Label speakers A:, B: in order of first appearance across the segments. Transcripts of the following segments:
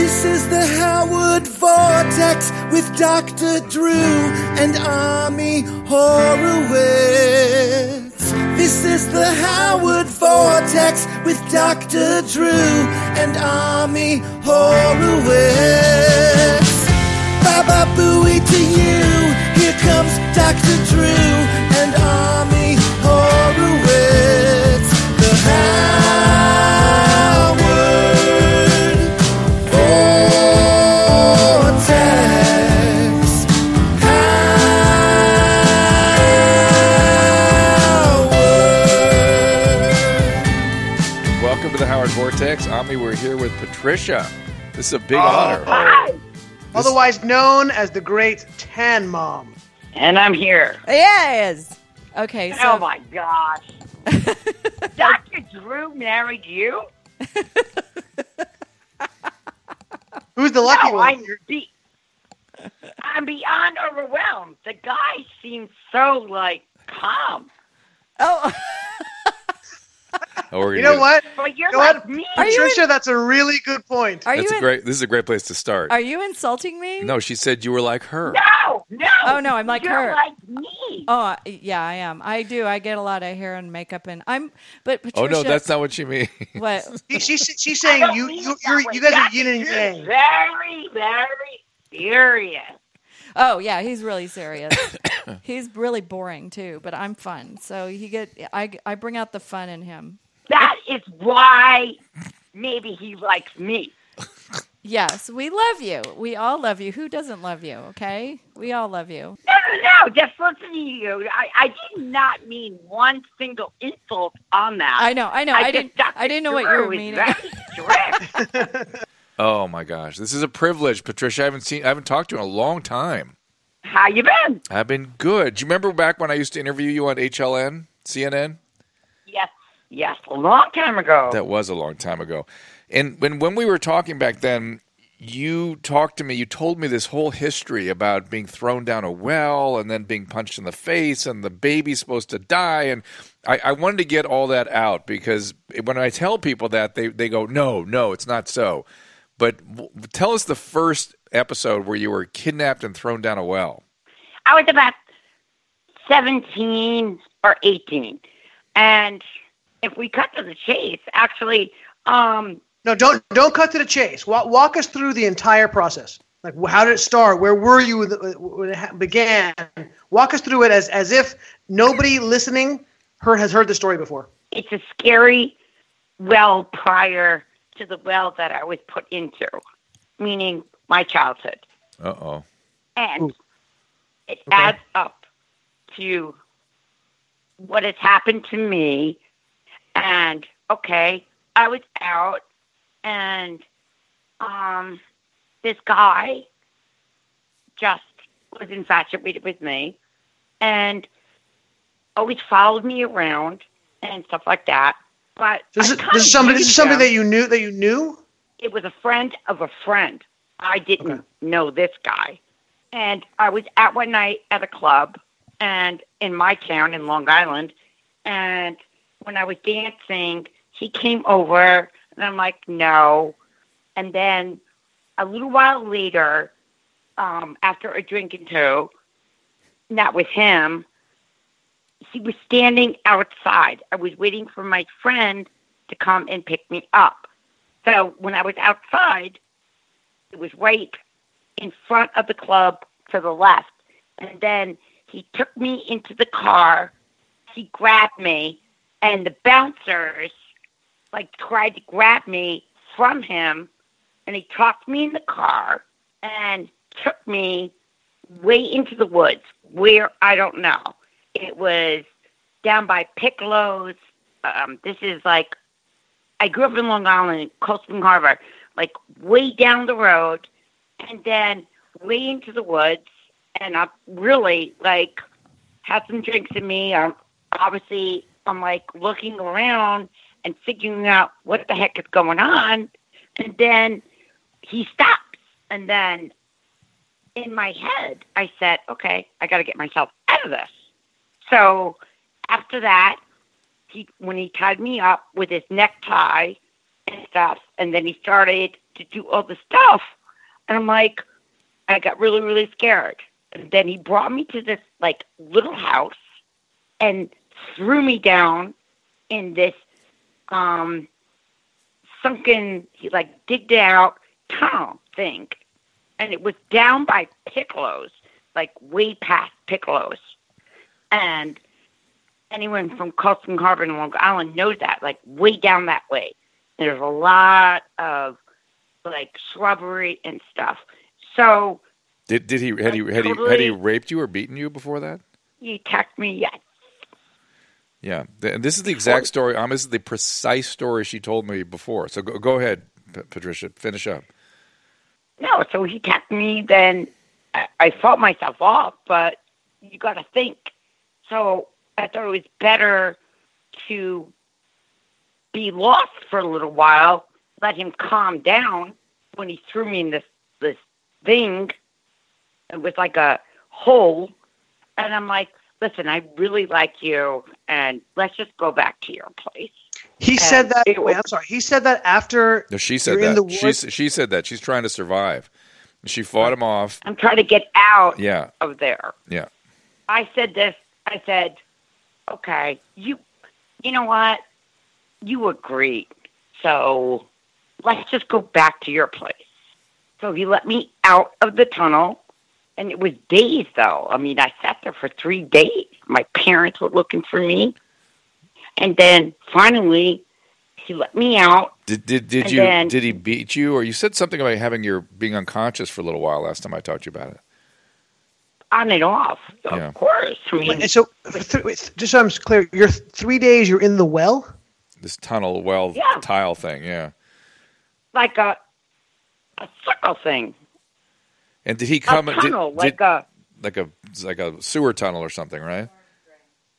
A: This is the Howard Vortex with Dr. Drew and Ami Horowitz. This is the Howard Vortex with Dr. Drew and Ami Horowitz. Baba Booey to you. Here comes Dr. Drew and Ami Horowitz. The Howard Vortex. Howard.
B: Welcome to the Howard Vortex. Ami, we're here with Patricia. This is a
C: Oh.
B: big honor.
C: Hi. Otherwise known as the Great Tan Mom.
D: And I'm here.
E: Yes. Okay. So
D: oh my gosh. Dr. Drew married you?
C: Who's the lucky
D: no,
C: one?
D: I'm, be- I'm beyond overwhelmed. The guy seems so like calm.
E: oh,
B: Oh, we're
C: You
B: gonna
C: know
B: do-
C: what?
D: But you're
C: You know
D: like
C: what?
D: me.
E: Are you
C: Patricia, that's a really good point.
E: are
B: That's
E: you
B: a
E: in-
B: great. This is a great place to start.
E: are you insulting me?
B: no, she said you were like her.
D: No, no.
E: Oh, no, I'm like
D: you're
E: her.
D: like me.
E: Oh, I- yeah, I am. I do. I get a lot of hair and makeup and I'm but Patricia
B: oh no, that's not what she means.
E: what
C: She, she, she's
D: I
C: saying
D: don't
C: you,
D: mean
C: you,
D: it that
C: you're,
D: way.
C: you guys are
D: Dr.
C: yin and
D: Drew's
C: yang.
D: Very, very serious.
E: Oh, yeah, he's really serious. he's really boring too, but I'm fun. So he get I I bring out the fun in him.
D: That is why maybe he likes me.
E: Yes, we love you. We all love you. Who doesn't love you, okay? We all love you.
D: No, no, no. Just listen to you. I, I did not mean one single insult on that.
E: I know. I know. I,
D: just-
E: didn't
D: Dr.
E: I didn't know what you
D: Drew
E: were
D: is
E: meaning.
D: very strict.
B: Oh my gosh, this is a privilege, Patricia. I haven't seen, I haven't talked to you in a long time.
D: How you been?
B: I've been good. Do you remember back when I used to interview you on HLN, CNN?
D: Yes, yes. A long time ago.
B: That was a long time ago. And when when we were talking back then, you talked to me. You told me this whole history about being thrown down a well and then being punched in the face and the baby's supposed to die. And I, I wanted to get all that out because when I tell people that, they they go, "No, no, it's not so." But w- tell us the first episode where you were kidnapped and thrown down a well.
D: I was about 17 or 18. And if we cut to the chase, actually, um,
C: No, don't don't cut to the chase. Walk, walk us through the entire process. Like, wh- how did it start? Where were you with- when it ha- began? Walk us through it as as if nobody listening heard, has heard the story before.
D: it's a scary well prior to the well that I was put into, meaning my childhood.
B: Uh oh.
D: And
C: Ooh.
D: it
C: Okay.
D: adds up to what has happened to me. And okay, I was out, and um, this guy just was infatuated with me and always followed me around and stuff like that. But
C: So This
D: I
C: is,
D: kinda
C: this is somebody. This is
D: used
C: somebody
D: him
C: that you knew that you knew.
D: it was a friend of a friend. I didn't
C: Okay.
D: know this guy. And I was out one night at a club and in my town in Long Island. And when I was dancing, he came over and I'm like, no. And then a little while later, um, after a drink and two, not with him, he was standing outside. I was waiting for my friend to come and pick me up. So when I was outside, it was right in front of the club to the left. And then he took me into the car. He grabbed me, and the bouncers like tried to grab me from him. And he tossed me in the car and took me way into the woods where I don't know. It was down by Piccolo's. Um, this is like I grew up in Long Island, Coastal Harbor. like way down the road, and then way into the woods. And I really like had some drinks in me. I'm obviously I'm like looking around and figuring out what the heck is going on. And then he stops. And then in my head, I said, okay, I got to get myself out of this. So after that, he when he tied me up with his necktie and stuff, and then he started to do all the stuff, and I'm like, I got really really scared. And then he brought me to this like little house and threw me down in this um sunken he like digged out tunnel thing, and it was down by Piccolo's, like way past Piccolo's, and anyone from Carlton Harbor and Long Island knows that, like way down that way. There's a lot of like shrubbery and stuff. So
B: Did did he had he had, he had he
D: Totally.
B: raped you or beaten you before that?
D: you text me, yes.
B: Yeah, Th- and this is the exact story. Um, this is the precise story she told me before. So go, go ahead, P- Patricia, finish up.
D: No, so he tapped me. Then I, I fought myself off, but you got to think. So I thought it was better to be lost for a little while, let him calm down when he threw me in this this thing. It was like a hole, and I'm like, "Listen, I really like you, and let's just go back to your place."
C: He said that. Wait, I'm sorry. He said that after.
B: No, she said
C: You're in the
B: that.
C: woods?
B: She she said that. She's trying to survive. She fought him off.
D: I'm trying to get out
B: Yeah,
D: of there.
B: yeah.
D: I said this. I said, okay, you, you know what? You agreed. So let's just go back to your place. So he let me out of the tunnel. And it was days, though. I mean, I sat there for three days. My parents were looking for me. And then finally, he let me out.
B: Did did did
D: And
B: you
D: then-
B: did he beat you or you said something about having your being unconscious for a little while last time I talked to you about it?
D: On and off, of
B: Yeah.
D: course. I mean,
C: And so, th- wait, just so I'm clear, you're th- three days. You're in the well.
B: This tunnel well
D: Yeah.
B: tile thing, yeah.
D: like a a circle thing,
B: And did he
D: a
B: come? did-
D: tunnel,
B: did,
D: like a
B: like a like a sewer tunnel or something, right?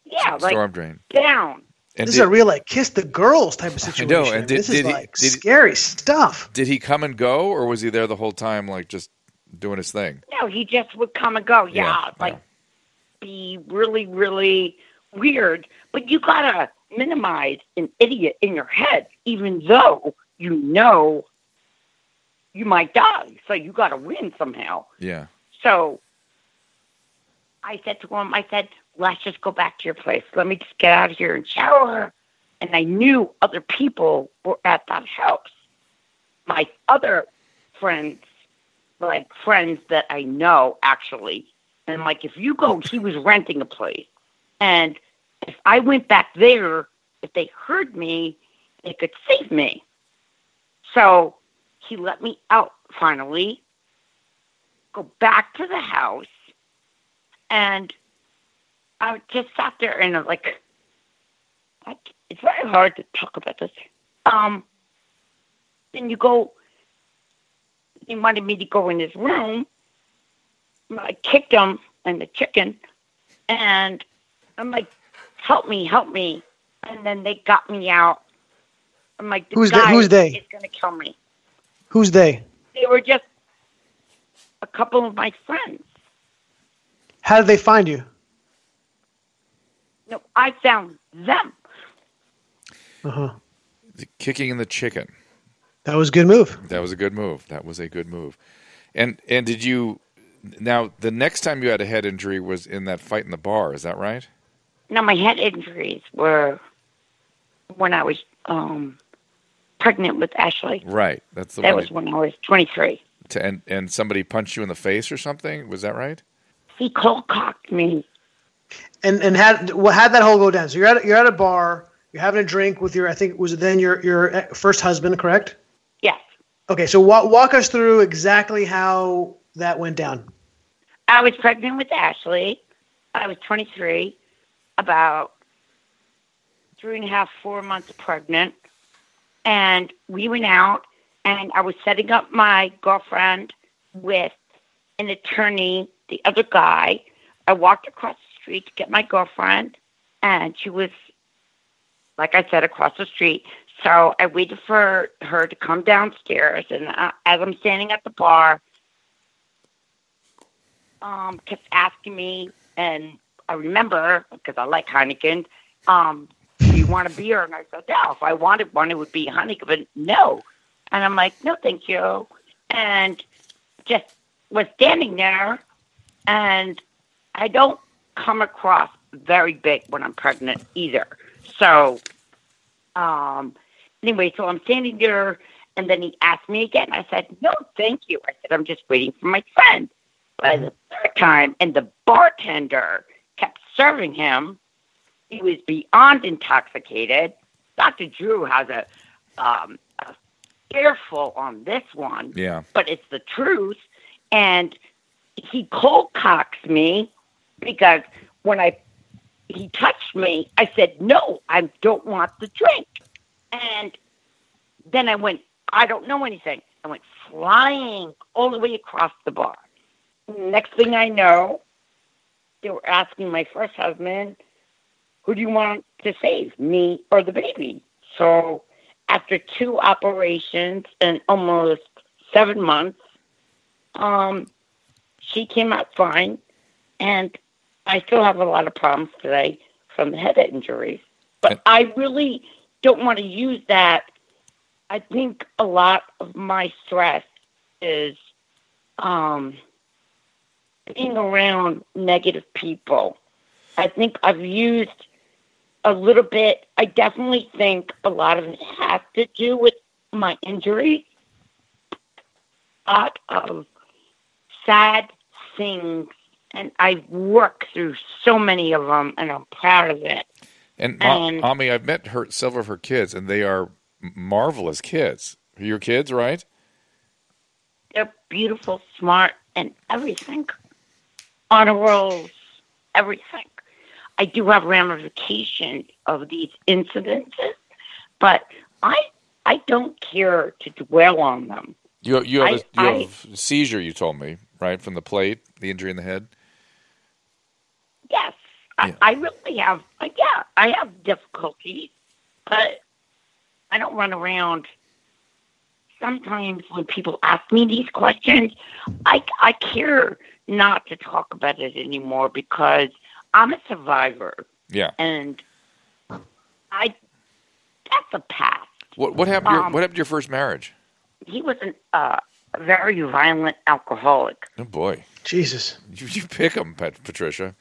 D: yeah, like
B: Storm drain.
D: down.
B: And
C: This
B: did,
C: is a real like kiss the girls type of situation.
B: know, and did-
C: this
B: did
C: is
B: he-
C: like
B: did he-
C: scary stuff.
B: did he come and go, or was he there the whole time, like just doing his thing?
D: No, he just would come and go. Yeah,
B: Yeah,
D: like
B: yeah.
D: be really, really weird. But you gotta minimize an idiot in your head, even though you know you might die. So you gotta win somehow.
B: Yeah,
D: So I said to him, I said, let's just go back to your place. Let me just get out of here and shower. And I knew other people were at that house. My other friends, like friends that I know actually. And like, if you go, he was renting a place. And if I went back there, if they heard me, they could save me. So he let me out finally go back to the house and I just sat there and like I, it's very hard to talk about this. Um then you go he wanted me to go in his room. I kicked him and the chicken and I'm like, Help me, help me and then they got me out. I'm like the
C: Who's they-
D: guy
C: who's they?
D: is gonna kill me
C: Who's they?
D: they were just a couple of my friends.
C: How did they find you?
D: No, I found them.
B: The kicking in the chicken.
C: That was a good move.
B: That was a good move. That was a good move. And and did you? Now the next time you had a head injury was in that fight in the bar. Is that right?
D: Now my head injuries were when I was um, pregnant with Ashley.
B: Right. That's the
D: That
B: one.
D: was when I was 23.
B: to, and and somebody punched you in the face or something. Was that right?
D: He cold cocked me.
C: And and had well, had that whole go down. So you're at you're at a bar. You're having a drink with your I think it was then your your eh, first husband, correct?
D: Yes.
C: Okay, so walk walk us through exactly how that went down.
D: I was pregnant with Ashley. I was 23, about three and a half, four months pregnant. And we went out, and I was setting up my girlfriend with an attorney, the other guy. I walked across the street to get my girlfriend, and she was, like I said, across the street. So I waited for her to come downstairs, and uh, as I'm standing at the bar, um, kept asking me, and I remember because I like Heineken. Um, do you want a beer? And I said, no. If I wanted one, it would be Heineken, but no. And I'm like, no, thank you. And just was standing there, and I don't come across very big when I'm pregnant either. So, um, anyway, so I'm standing there, and then he asked me again. I said, no, thank you. I said, I'm just waiting for my friend. By the third time, and the bartender kept serving him. He was beyond intoxicated. Dr. Drew has a, um, a fearful on this one
B: Yeah.
D: but it's the truth. And he cold cocks me because when I he touched me, I said, No, I don't want the drink. And then I went, I don't know anything. I went flying all the way across the bar. Next thing I know, they were asking my first husband, Who do you want to save, me or the baby? So after two operations and almost seven months. Um, she came out fine, and I still have a lot of problems today from the head injuries. But I really don't want to use that. I think a lot of my stress is um, being around negative people. I think I've used a little bit. I definitely think a lot of it has to do with my injury lot of sad things, and I've worked through so many of them, and I'm proud of it.
B: And Ma-
D: And-
B: Ami, I've met her several of her kids, and they are m- marvelous kids. Your kids, right?
D: They're beautiful, smart, and everything. Honor rolls, everything. I do have ramification of these incidences, but I I don't care to dwell on them.
B: You you have a
D: I-
B: you have a seizure. You told me right from the plate, the injury in the head.
D: Yes,
B: Yeah.
D: I, I really have. uh, Yeah, I have difficulties, but I don't run around. Sometimes when people ask me these questions, I, I care not to talk about it anymore because I'm a survivor
B: Yeah.
D: and I that's a past.
B: What what happened? to your,
D: Um,
B: what happened to your first marriage?
D: He was an, uh, a very violent alcoholic.
B: Oh boy,
C: Jesus.
B: you, you pick them, Pat, Patricia.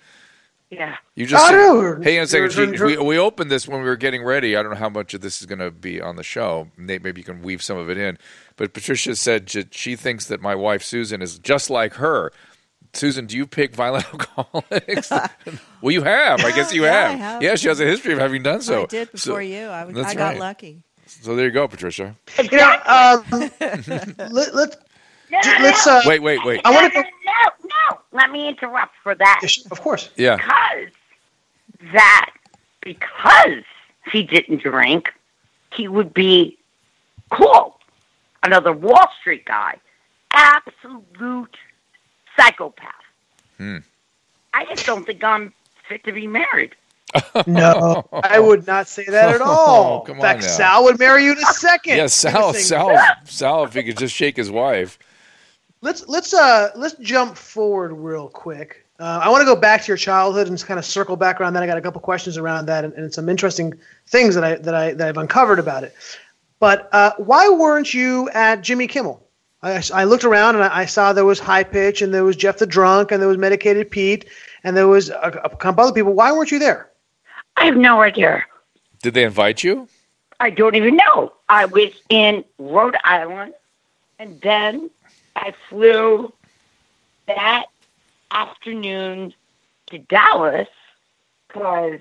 D: Yeah.
B: You just
C: I
B: said-
C: know.
B: hey, in a second.
C: You're-
B: she-
C: you're-
B: we, we opened this when we were getting ready. I don't know how much of this is going to be on the show. Nate, maybe you can weave some of it in. But Patricia said that she thinks that my wife Susan is just like her. Susan, do you pick violent alcoholics? well, you have. I guess you
F: Yeah,
B: have.
F: I have.
B: Yeah, she has a history of having done so.
F: I did
B: So-
F: before you. I, was,
B: that's
F: I got
B: right.
F: lucky.
B: So there you go, Patricia.
C: You know, um, let, let's let's uh,
B: Wait, wait, wait.
C: I
D: no,
C: wanna
D: no, no, no. Let me interrupt for that.
C: of course.
B: Yeah,
D: because that because he didn't drink, he would be cool. Another Wall Street guy. Absolute psychopath. I just don't think I'm fit to be married.
C: No, I would not say that at all.
B: Oh, come
C: In fact,
B: on now.
C: Sal would marry you in a second.
B: yeah. Sal,
C: Listen,
B: Sal, Sal. If he could just shake his wife.
C: Let's let's uh let's jump forward real quick. Uh, I want to go back to your childhood and kind of circle back around that. I got a couple questions around that and, and some interesting things that I that I that I've uncovered about it. But uh, why weren't you at Jimmy Kimmel? I, I looked around and I, I saw there was High Pitch and there was Jeff the Drunk and there was Medicated Pete and there was a, a couple other people. Why weren't you there?
D: I have no idea.
B: Did they invite you?
D: I don't even know. I was in Rhode Island, and then I flew that afternoon to Dallas because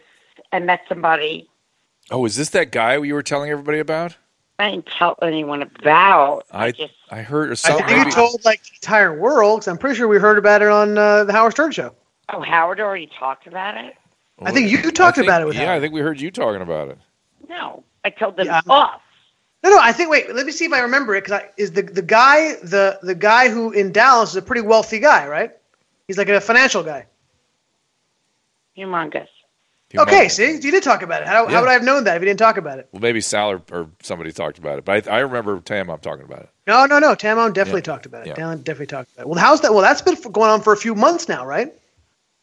D: I met somebody
B: Oh, is this that guy you were telling everybody about?
D: I didn't tell anyone about. I,
B: I
D: just
B: I heard or
C: I
B: something.
C: think you told like the entire world 'cause I'm pretty sure we heard about it on uh, the Howard Stern show.
D: oh Howard already talked about it.
C: I think you talked
B: I think-
C: about it with
B: yeah,
C: Howard.
B: I think we heard you talking about it.
D: No, I told them
C: Yeah.
D: off.
C: No, no. I think. Wait. Let me see if I remember it. Because is the the guy the the guy who in Dallas is a pretty wealthy guy, right? He's like a financial guy.
D: Humongous.
C: okay. See, you did talk about it. How,
B: Yeah.
C: how would I have known that if you didn't talk about it?
B: Well, maybe Sal or, or somebody talked about it, but I, I remember Tam. I'm talking about it.
C: No, no, no. Tamon definitely talked about it.
B: Yeah.
C: Tamon definitely talked about it. Well, how's that? Well, that's been f- going on for a few months now, right?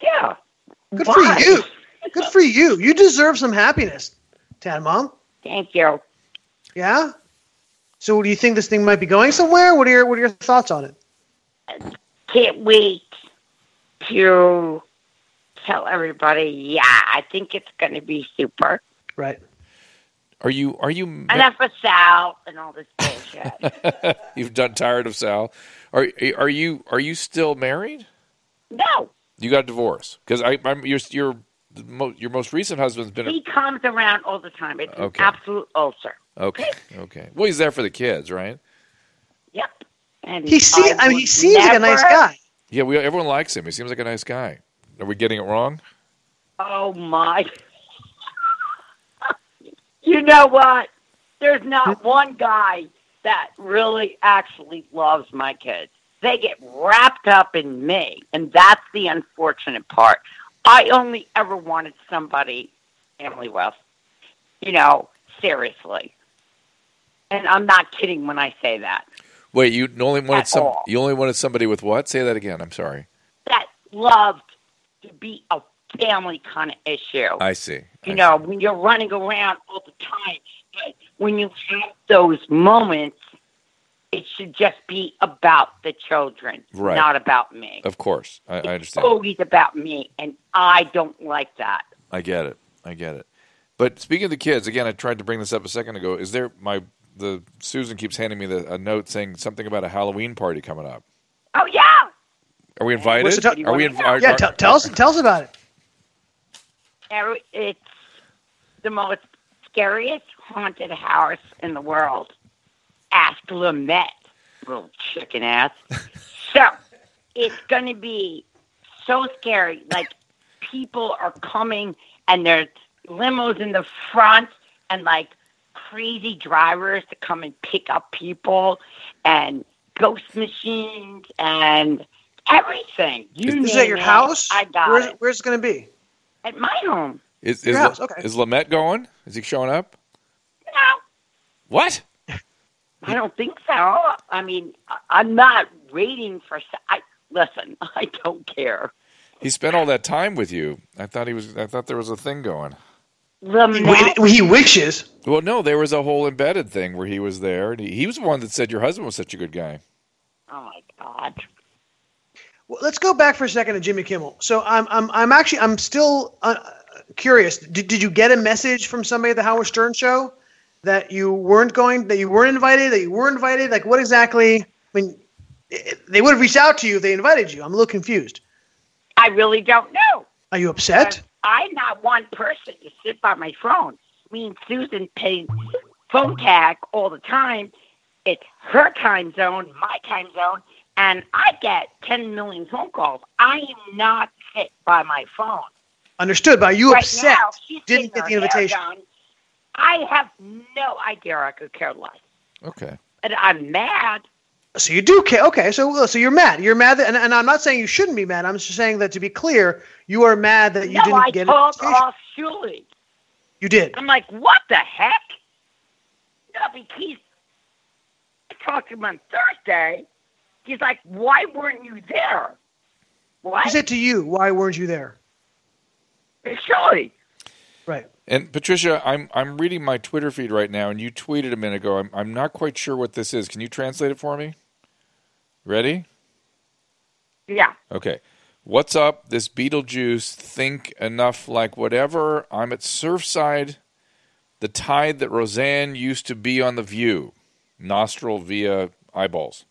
D: Yeah.
C: Good
D: Why?
C: for you. Good for you. You deserve some happiness, Tamon.
D: Thank you.
C: Yeah. So, do you think this thing might be going somewhere? What are your What are your thoughts on it?
D: Can't wait to tell everybody. Yeah, I think it's going to be super.
C: Right.
B: Are you are you
D: Enough of Sal and all this bullshit.
B: you've done tired of Sal? Are are you are you still married?
D: no,
B: You got a divorce because I I'm, your your mo- your most recent husband's been
D: he
B: a,
D: comes around all the time. It's
B: Okay.
D: an absolute ulcer.
B: okay okay. Well, he's there for the kids, right?
D: Yep. And
C: He see. I mean, he
D: would
C: seems like a nice
D: never-
C: guy.
B: Yeah, we everyone likes him. He seems like a nice guy. Are we getting it wrong?
D: Oh my! you know what? There's not one guy that really actually loves my kids. They get wrapped up in me, and that's the unfortunate part. I only ever wanted somebody family with, you know, seriously. And I'm not kidding when I say that.
B: Wait, you only wanted
D: At
B: some.
D: all.
B: You only wanted somebody with what? Say that again. I'm sorry.
D: That loved to be a family kind of issue.
B: I see. I
D: you know, when you're running around all the time. But when you have those moments, it should just be about the children,
B: Right.
D: not about me.
B: see. of course, I, I
D: It's
B: understand.
D: always about me, and I don't like that.
B: I get it. I get it. But speaking of the kids, again, I tried to bring this up a second ago. Is there my the Susan keeps handing me the, a note saying something about a Halloween party coming up?
D: Oh yeah,
B: Are we invited?
C: What's the t-
B: are we invited?
C: Yeah. Tell, tell us. Tell us about it.
D: Every- it's the most scariest haunted house in the world. Ask Lamette, little chicken ass. so it's going to be so scary. Like people are coming, and there's limos in the front, and like crazy drivers to come and pick up people, and ghost machines, and everything. You
C: Is
D: name
C: that your
D: it,
C: house?
D: I got
C: where's,
D: it
C: Where's it going to be?
D: at my home.
B: Is is,
C: Your house,
B: La-
C: okay.
B: is Lamette going? Is he showing up?
D: No.
B: What?
D: I don't think so. I mean, I- I'm not waiting for. s- I listen. I don't care.
B: He spent all that time with you. I thought he was. I thought there was a thing going.
D: The
C: Wait,
D: Met,
C: he wishes.
B: Well, no, there was a whole embedded thing where he was there, and he, he was the one that said your husband was such a good guy.
D: oh my god!
C: Well, let's go back for a second to Jimmy Kimmel. So I'm I'm I'm actually I'm still uh, curious. Did, did you get a message from somebody at the Howard Stern show that you weren't going, that you weren't invited, that you were invited? Like what exactly? I mean, i- they would have reached out to you if they invited you. I'm a little confused.
D: I really don't know.
C: Are you upset?
D: I'm not one person to sit by my phone. Me and Susan pay phone tag all the time. It's her time zone, my time zone, and I get 10 million phone calls. I am not hit by my phone.
C: Understood. But are you
D: right
C: upset?
D: now, she's
C: Didn't
D: getting
C: get the
D: her hair
C: invitation.
D: done. I have no idea. I could care less.
B: Okay.
D: and I'm mad.
C: So you do care. Okay, so so you're mad. You're mad, that, and, and I'm not saying you shouldn't be mad. I'm just saying that to be clear, you are mad that you
D: no,
C: didn't
D: I
C: get
D: called
C: it.
D: off Julie.
C: You did.
D: I'm like, what the heck? No, because I talked to him on Thursday. He's like, why weren't you there?
C: He
D: What?
C: said to you, "Why weren't you there?"
D: It's Julie.
C: Right.
B: And Patricia, I'm I'm reading my Twitter feed right now, and you tweeted a minute ago. I'm I'm not quite sure what this is. Can you translate it for me? Ready?
D: Yeah.
B: Okay. What's up? This Beetlejuice. Think enough like whatever. I'm at Surfside. The tide that Roseanne used to be on the View. Nostril via eyeballs.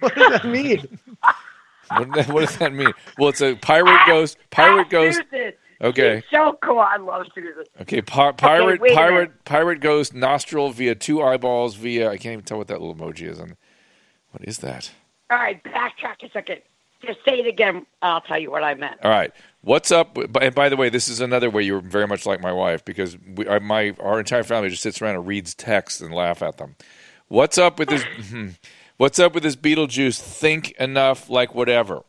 C: What does that mean?
B: What, does that- what does that mean? Well, it's a pirate ghost. Pirate
D: Ah,
B: ghost.
D: Susan.
B: Okay.
D: She's so cool. I love Susan.
B: Okay, pi- pirate,
D: wait a
B: pirate, pirate ghost nostril via two eyeballs via I can't even tell what that little emoji is. And what is that?
D: All right, backtrack a second. Just say it again. I'll tell you what I meant.
B: All right. What's up? with- by- And by the way, this is another way you're very much like my wife because we, I, my our entire family just sits around and reads texts and laugh at them. What's up with this? hmm, what's up with this Beetlejuice? Think enough, like whatever.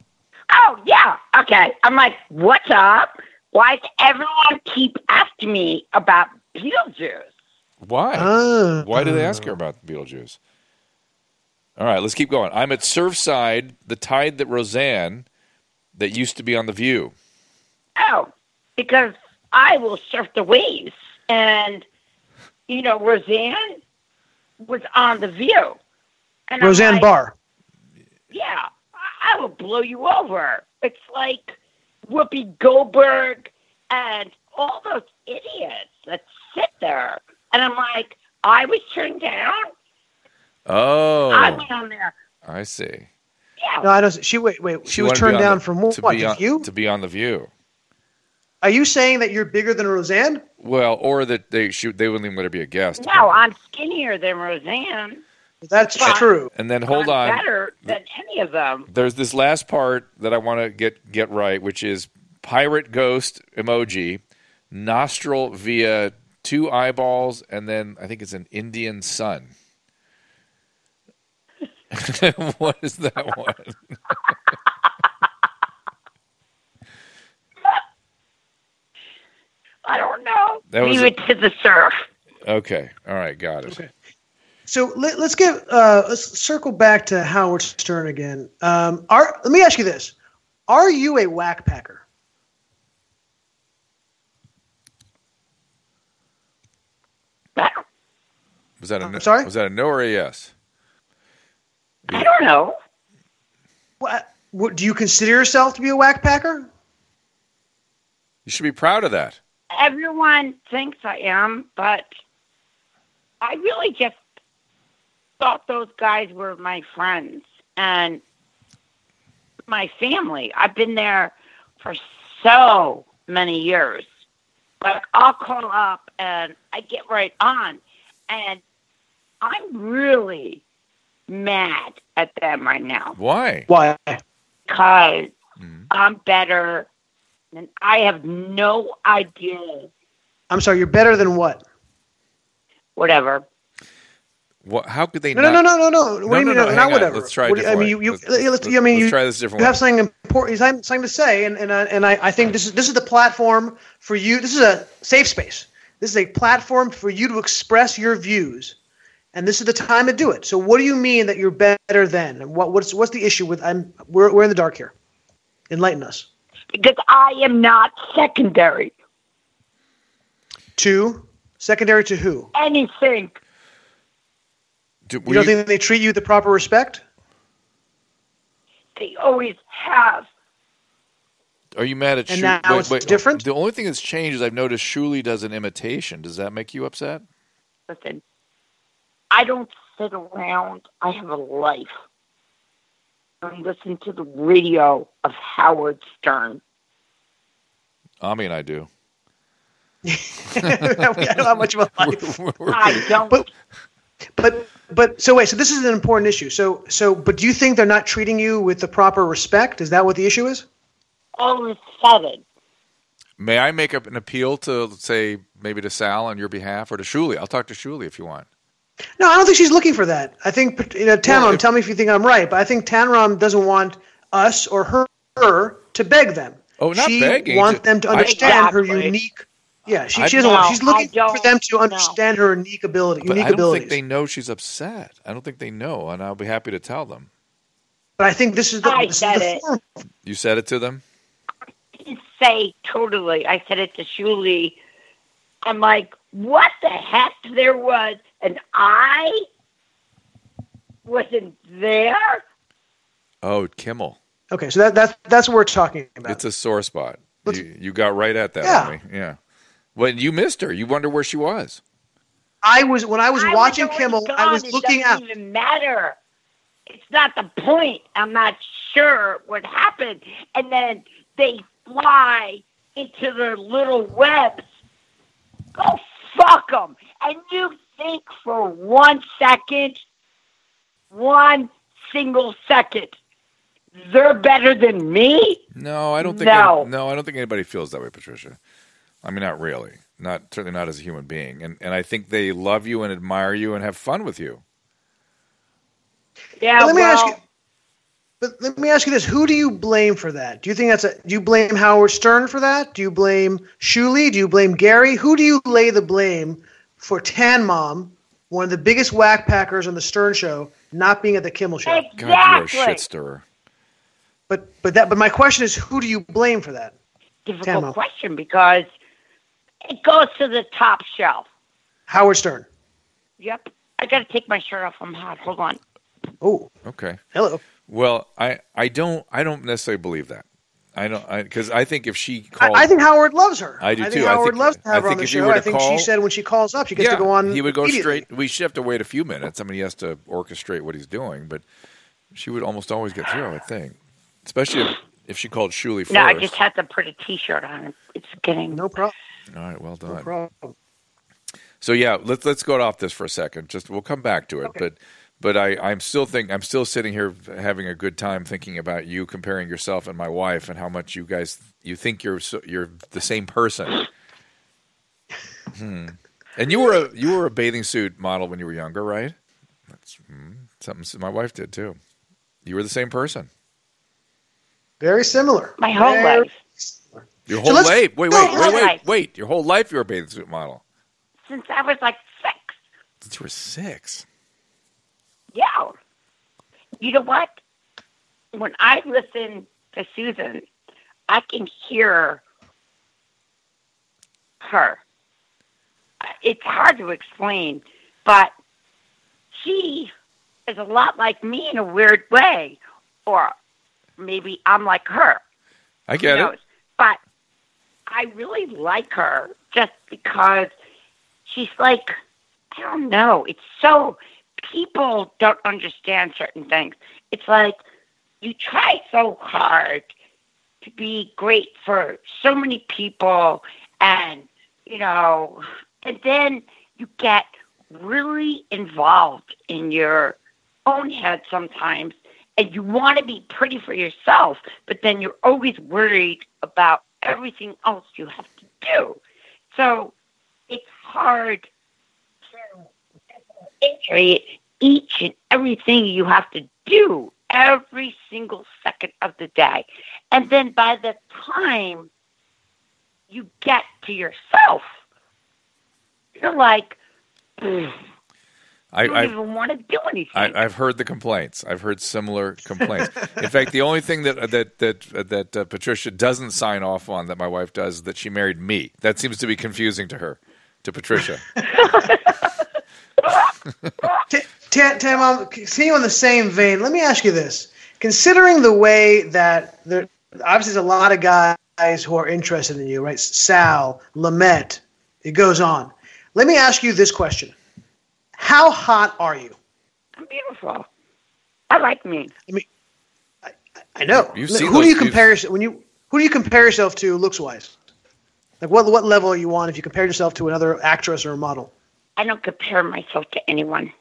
D: Oh yeah, okay. I'm like, what's up? Why does everyone keep asking me about Beetlejuice?
B: Why?
C: Oh.
B: Why do they ask her about Beetlejuice? All right, let's keep going. I'm at Surfside, the tide that Roseanne, that used to be on The View.
D: Oh, because I will surf the waves, and you know, Roseanne was on the View, and I'm
C: Roseanne
D: like,
C: Barr.
D: Yeah, I I will blow you over. It's like Whoopi Goldberg and all those idiots that sit there, and I'm like, I was turned down.
B: Oh,
D: I went on there.
B: I see.
D: Yeah,
C: No, I know. She wait, wait. She,
B: You
C: was
B: wanna be
C: turned
B: on
C: down
B: the-
C: from what?
B: To be, on,
C: Just you?
B: to be on The View.
C: Are you saying that you're bigger than Roseanne?
B: Well, or that they shoot, they wouldn't even let her be a guest.
D: No, I'm skinnier than Roseanne.
C: That's
D: Well,
C: true.
B: And then hold
D: I'm
B: on.
D: Better than any of them.
B: There's this last part that I want to get get right, which is pirate ghost emoji, nostril via two eyeballs, and then I think it's an Indian sun. what is that one?
D: I don't know.
B: That was
D: Leave
B: a-
D: it to the surf.
B: Okay, all right, got it.
C: So let, us get uh, let's circle back to Howard Stern again. Um, are let me ask you this: Are you a whack packer?
D: I don't,
B: Was that a no,
C: sorry?
B: Was that a no or a yes?
D: I don't know.
C: What, what do you consider yourself to be a whack packer?
B: You should be proud of that.
D: Everyone thinks I am, but I really just thought those guys were my friends and my family. I've been there for so many years. Like I'll call up and I get right on and I'm really mad at them right now.
B: Why?
C: Why?
D: because
B: Mhm.
D: I'm better and I have no idea
C: I'm sorry. You're better than what?
D: whatever.
B: What? How could they?
C: No,
B: not?
C: no, no, no, no, no. What do you mean?
B: no, hang
C: not
B: on.
C: whatever.
B: Let's try. a
C: What do you- I
B: different
C: mean, you.
B: way.
C: you
B: Let's-
C: yeah, let's-
B: let's-
C: I mean,
B: let's
C: you,
B: try this a different
C: you
B: way.
C: have something important. you have Something to say, and and I, and I, I think this is this is the platform for you. This is a safe space. This is a platform for you to express your views, and this is the time to do it. So, what do you mean that you're better than? And what what's what's the issue with? I'm we're we're in the dark here. Enlighten us.
D: Because I am not secondary.
C: To secondary to who?
D: Anything.
B: Do-
C: You
B: were
C: don't
B: you-
C: think they treat you with the proper respect?
D: They always have.
B: Are you mad at
C: And
B: Shul-
C: now
B: wait,
C: it's
B: wait.
C: different?
B: The only thing that's changed is I've noticed Shuli does an imitation. Does that make you upset?
D: Listen, I don't sit around. I have a life. I listen to the radio of Howard Stern.
B: Ami and I do.
C: I don't have much of a life.
D: I don't.
C: But but but so wait, so this is an important issue. So so but do you think they're not treating you with the proper respect? Is that what the issue is?
D: all of a sudden,
B: May I make up an appeal to say maybe to Sal on your behalf or to Shuli? I'll talk to Shuli if you want.
C: No, I don't think she's looking for that. I think you know, Tanram,
B: Well, if-
C: tell me if you think I'm right, but I think Tanram doesn't want us or her, her to beg them.
B: Oh, not
C: she
B: begging,
C: wants
B: just-
C: them to
B: I-
C: understand her
D: Exactly.
C: unique yeah, she,
B: I-
C: she doesn't
D: No,
C: want she's looking
D: I don't
C: for them to
D: know.
C: understand her unique ability
B: But
C: unique
B: I don't
C: abilities.
B: think they know she's upset. I don't think they know, and I'll be happy to tell them.
C: but I think this is the,
D: I
C: this is
D: get
C: the
D: it.
C: forum.
B: You said it to them?
D: didn't say totally. I said it to Shuli. I'm like, what the heck? There was, and I wasn't there.
B: Oh, Kimmel.
C: Okay, so that that's that's what we're talking about.
B: It's a sore spot.
C: Let's-
B: You, you got right at that,
C: Yeah.
B: Ami. Yeah. When you missed her, you wonder where she was.
C: I was when I was watching
D: already
C: Kimmel, I
D: gone.
C: was looking
D: it
C: out.
D: doesn't even matter. It's not the point. I'm not sure what happened. And then they fly into their little webs. Go fuck them. And you think for one second, one single second, they're better than me.
B: No, I don't think.
D: No.
B: I, no, I don't think anybody feels that way, Patricia. I mean, not really. Not certainly not as a human being. And and I think they love you and admire you and have fun with you.
D: Yeah,
C: let me
D: well,
C: ask you. But let me ask you this: Who do you blame for that? Do you think that's a? Do you blame Howard Stern for that? Do you blame Shuley? Do you blame Gary? Who do you lay the blame for Tan Mom, one of the biggest whack packers on the Stern Show, not being at the Kimmel Show?
B: God,
D: exactly.
B: you're a shit stirrer.
C: But but that but my question is, who do you blame for that?
D: Difficult
C: Tamo.
D: question because it goes to the top shelf.
C: Howard Stern.
D: Yep. I got to take my shirt off. I'm hot. Hold on.
C: Oh,
B: Okay.
C: hello.
B: Well, I I don't I don't necessarily believe that. I don't because I, think if she
C: I,
B: called,
C: I think Howard loves her.
B: I do
C: I think
B: too. I
C: Howard
B: think-
C: loves to
B: I
C: have her
B: think
C: on the
B: if you
C: show.
B: were to
C: I think
B: call-
C: she said when she calls up, she gets
B: yeah,
C: to go on.
B: he would go
C: immediately.
B: straight. We should have to wait a few minutes. I mean, he has to orchestrate what he's doing, but she would almost always get through. I think, especially if, if she called Shuli first.
D: No, I just had to put a T-shirt on. It's getting
C: No problem.
B: All right, well done.
C: No problem.
B: So yeah, let's let's go off this for a second. Just we'll come back to it, but but I I'm still think I'm still sitting here having a good time thinking about you comparing yourself and my wife and how much you guys you think you're so, you're the same person. Hmm. And you were a you were a bathing suit model when you were younger, right? That's hmm, something s- my wife did too. You were the same person.
C: Very similar.
D: my whole
C: Very
D: life
C: similar.
B: Your whole
C: let's-
B: life. Wait, wait,
C: no,
B: wait, wait,
D: life.
B: wait, Your whole life you were a bathing suit model.
D: since I was like six.
B: Since you were six.
D: Yeah. You know what? When I listen to Susan, I can hear her. Uh, It's hard to explain, but she is a lot like me in a weird way, or maybe I'm like her.
B: I get
D: Who
B: it.
D: knows? But I really like her just because she's like, I don't know. It's so, people don't understand certain things. It's like you try so hard to be great for so many people, and, you know, and then you get really involved in your own head sometimes and you want to be pretty for yourself, but then you're always worried about everything else you have to do. So it's hard to integrate each and everything you have to do every single second of the day. And then by the time you get to yourself, you're like, "Ugh,
B: I,
D: I don't
B: I
D: even want to do anything.
B: I, I've heard the complaints. I've heard similar complaints. In fact, the only thing that that that that uh, Patricia doesn't sign off on that my wife does is that she married me. That seems to be confusing to her, to Patricia.
C: T- Tam, Tam, um, continue on the same vein. Let me ask you this: Considering the way that there, obviously, there's a lot of guys who are interested in you, right? Sal, Lamette, it goes on. Let me ask you this question: How hot are you?
D: I'm beautiful. I like me.
C: I know.
B: You've
C: L-
B: seen
C: who
B: those
C: do you compare
B: dudes.
C: yourself when you who do you compare yourself to looks wise? Like what what level are you on if you compare yourself to another actress or model?
D: I don't compare myself to anyone.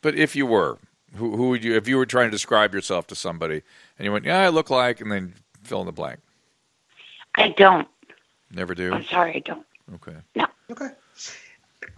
B: but if you were, who who would you? If you were trying to describe yourself to somebody, and you went, "Yeah, I look like," and then fill in the blank.
D: I don't.
B: Never do.
D: I'm sorry, I don't.
B: Okay.
C: Okay.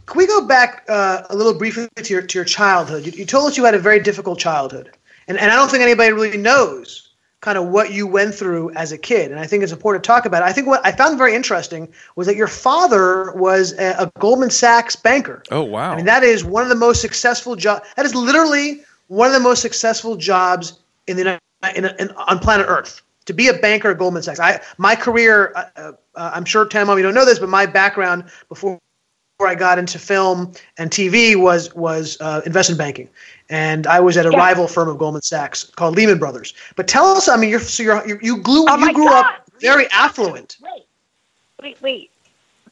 C: Can we go back uh, a little briefly to your to your childhood? You, you told us you had a very difficult childhood, and and I don't think anybody really knows kind of what you went through as a kid. And I think it's important to talk about. It. I think what I found very interesting was that your father was a, a Goldman Sachs banker.
B: Oh wow.
C: I mean, that is one of the most successful job. That is literally one of the most successful jobs in the Uni- in, in, on planet Earth. To be a banker at Goldman Sachs. I my career. Uh, uh, I'm sure Tam, you don't know this, but my background before before I got into film and TV was was uh, investment banking, and I was at a
D: Yeah.
C: rival firm of Goldman Sachs called Lehman Brothers. But tell us, I mean, you're so you're, you you grew
D: Oh my
C: you grew
D: God.
C: up very affluent.
D: Wait, wait, wait.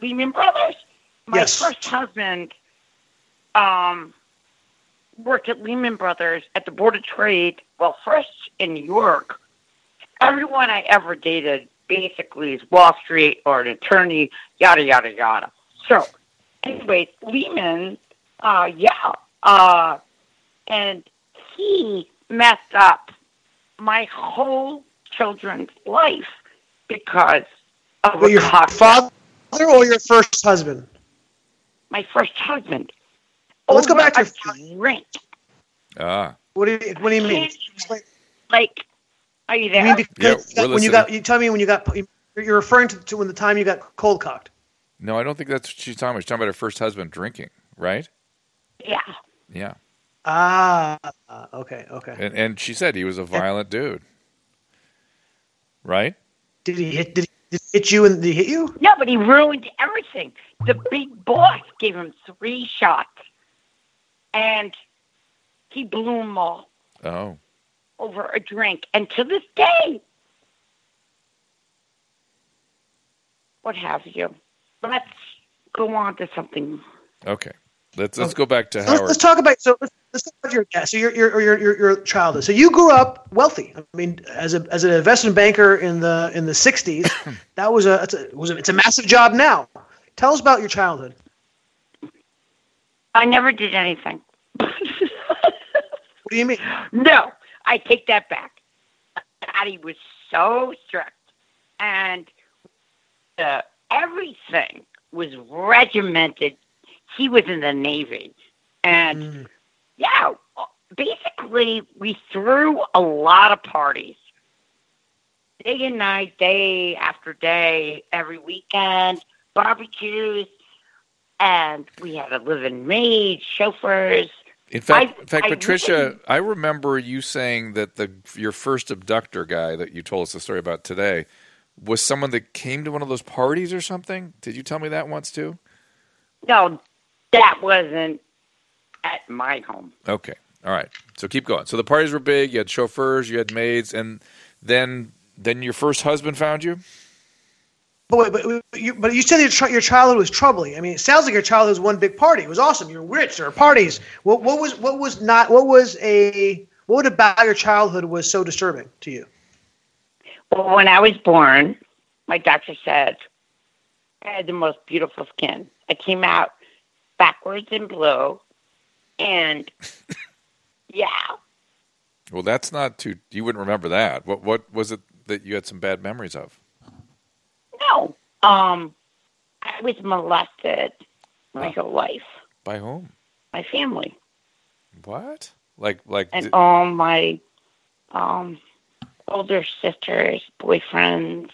D: Lehman Brothers. My
C: Yes.
D: first husband um, worked at Lehman Brothers at the Board of Trade. Well, first in New York. Everyone I ever dated basically is Wall Street or an attorney, yada yada yada. So, anyway, Lehman, uh, yeah, uh, and he messed up my whole children's life because of
C: Well,
D: a
C: your
D: cocktail.
C: father or your first husband?
D: my first husband.
C: Well, let's go back to
D: Over
C: your
D: a drink.
B: Ah,
C: What do you What do you mean?
D: Can't
C: Explain.
D: Like, are you there?
C: You mean because
B: Yeah,
C: you got-
B: we're
C: when
B: listening.
C: you got you tell me when you got you're you're referring to, to when the time you got cold cocked.
B: no, I don't think that's what she's talking about. She's talking about her first husband drinking, right?
D: yeah.
B: Yeah,
C: Ah, okay, okay.
B: and and she said he was a violent dude, right?
C: Did he hit? Did he, did he hit you? And did he hit you?
D: No, but he ruined everything. The big boss gave him three shots, and he blew them all
B: Oh,
D: over a drink. And to this day, what have you? Let's go on to something.
B: okay. Let's
D: Oh.
B: let's go back to
C: So let's,
B: Howard.
C: let's talk about so let's, let's talk about your yeah, so your your your your, your childhood. So you grew up wealthy. I mean, as a as an investment banker in the in the '60s, that was a, that's a was a, it's a massive job now. Tell us about your childhood.
D: I never did anything.
C: What do you mean?
D: No, I take that back. Daddy was so strict, and uh, everything was regimented. He was in the Navy, and yeah, basically we threw a lot of parties, day and night, day after day, every weekend, barbecues, and we had a living maid, chauffeurs.
B: In fact,
D: I-
B: in fact,
D: I
B: Patricia,
D: really-
B: I remember you saying that the your first abductor guy that you told us the story about today was someone that came to one of those parties or something. Did you tell me that once too?
D: No, that wasn't at my home.
B: Okay, all right. So keep going. So the parties were big. You had chauffeurs, you had maids, and then then your first husband found you.
C: But wait, but you, but you said your, tr- your childhood was troubling. I mean, it sounds like your childhood was one big party. It was awesome. You were rich. There were parties. What, what was what was not what was a what about your childhood was so disturbing to you?
D: Well, when I was born, my doctor said I had the most beautiful skin. I came out backwards and blue, and yeah,
B: Well, that's not too. You wouldn't remember that. What what was it that you had some bad memories of?
D: no, um, I was molested my whole life,
B: By whom?
D: my family,
B: What? Like like
D: and oh
B: did-
D: all my um older sisters, boyfriends,